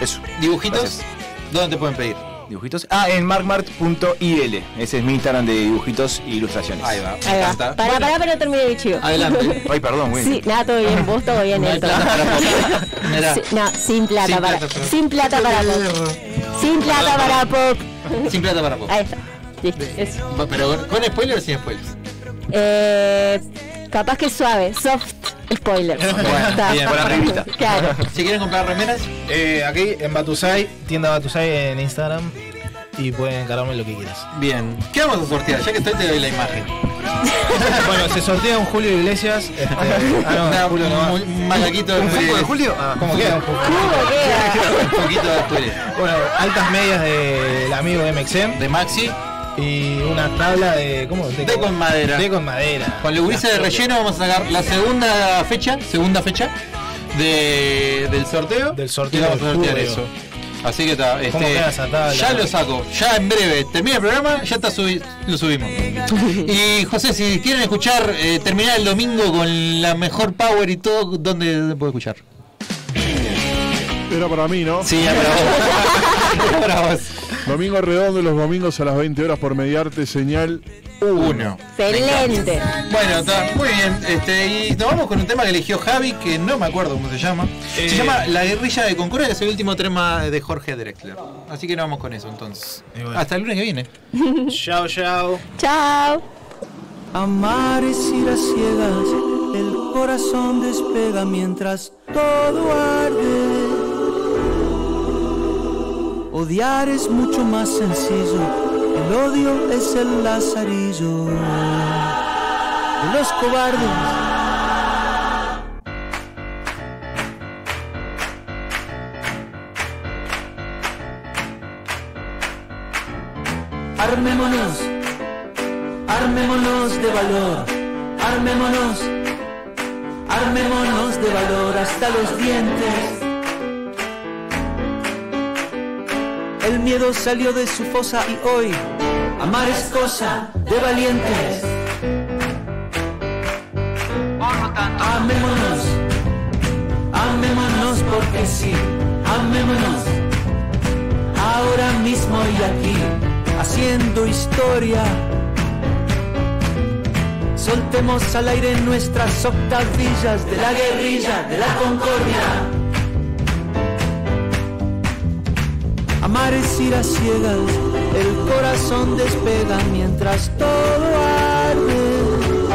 Speaker 6: Eso.
Speaker 3: dibujitos,
Speaker 6: Gracias.
Speaker 3: ¿dónde te pueden pedir?
Speaker 6: Dibujitos. Ah, en markmart.il. Ese es mi Instagram de dibujitos e ilustraciones.
Speaker 3: Ahí va, me
Speaker 5: Ahí va.
Speaker 3: encanta.
Speaker 5: Para, para, para, terminé mi chivo.
Speaker 3: Adelante.
Speaker 6: Ay, perdón, güey.
Speaker 5: Sí, nada, todo bien, vos
Speaker 3: (laughs)
Speaker 5: todo bien,
Speaker 3: No hay
Speaker 5: Elton.
Speaker 3: plata para
Speaker 5: (laughs)
Speaker 3: pop. Mirá.
Speaker 5: Sí, no, sin plata
Speaker 3: Sin
Speaker 5: para.
Speaker 3: plata para-
Speaker 5: sin plata para pop. Sin plata para pop.
Speaker 3: Sin plata para pop.
Speaker 5: Ahí está. Listo, eso.
Speaker 3: Pero con spoilers o sin spoilers.
Speaker 5: Eh, capaz que suave, soft
Speaker 3: (laughs)
Speaker 5: spoiler. Está.
Speaker 3: bien,
Speaker 5: (laughs)
Speaker 3: por arribita. (laughs)
Speaker 5: Claro.
Speaker 3: Si quieren comprar remeras,
Speaker 4: Eh, aquí en Batusai, tienda Batusai en Instagram. Y pueden encargarme lo que
Speaker 3: (laughs)
Speaker 4: quieras.
Speaker 3: bien. ¿Qué vamos a sortear? Ya que estoy te doy la imagen.
Speaker 4: bueno, se sortea un Julio Iglesias.
Speaker 3: (laughs)
Speaker 4: Este, ah,
Speaker 3: Nada, un, un malaquito
Speaker 6: ¿Un
Speaker 3: de-
Speaker 6: foco de Julio? Ah.
Speaker 4: no, ¿Cómo queda? Un poco.
Speaker 5: ¿Cómo queda?
Speaker 3: Un poquito de Julio.
Speaker 4: Bueno, altas medias del amigo de MXM.
Speaker 3: De Maxi.
Speaker 4: Y una tabla de. ¿Cómo?
Speaker 3: De con madera.
Speaker 4: De con madera.
Speaker 3: Con Luguriza de relleno vamos a sacar la segunda fecha, segunda fecha de, del sorteo.
Speaker 4: Del sorteo
Speaker 3: Y vamos a
Speaker 4: del
Speaker 3: sortear
Speaker 4: julio.
Speaker 3: eso. Así que está, este,
Speaker 4: queda esa tabla?
Speaker 3: ya lo saco, ya en breve termina el programa, ya está subi- lo subimos. Y José, si quieren escuchar, eh, terminar el domingo con la mejor power y todo, ¿dónde puedo escuchar?
Speaker 12: Era para mí, ¿no?
Speaker 3: Sí, para (laughs) vos. para vos.
Speaker 12: Domingo Redondo, los domingos a las 20 horas por mediarte señal 1.
Speaker 5: Excelente.
Speaker 3: Bueno, está muy bien. Este, y nos vamos con un tema que eligió Javi, que no me acuerdo cómo se llama. Se llama La guerrilla de Concura, que es el último tema de Jorge Drexler. Así que nos vamos con eso entonces. Hasta el lunes que viene.
Speaker 4: Chao, chao.
Speaker 5: Chao.
Speaker 1: Amar es ir a ciegas, el corazón despega mientras todo arde. Odiar es mucho más sencillo, el odio es el lazarillo de los cobardes. Armémonos. Armémonos de valor, armémonos, armémonos de valor hasta los dientes. El miedo salió de su fosa y hoy amar es cosa de valientes. Amémonos, amémonos porque sí, amémonos. Ahora mismo y aquí, haciendo historia.
Speaker 7: Soltemos al aire nuestras octavillas de la guerrilla, de la concordia. Amar es ir a ciegas, el corazón despega mientras todo arde.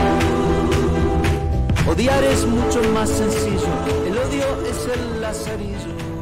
Speaker 7: Odiar es mucho más sencillo, el odio es el lazarillo.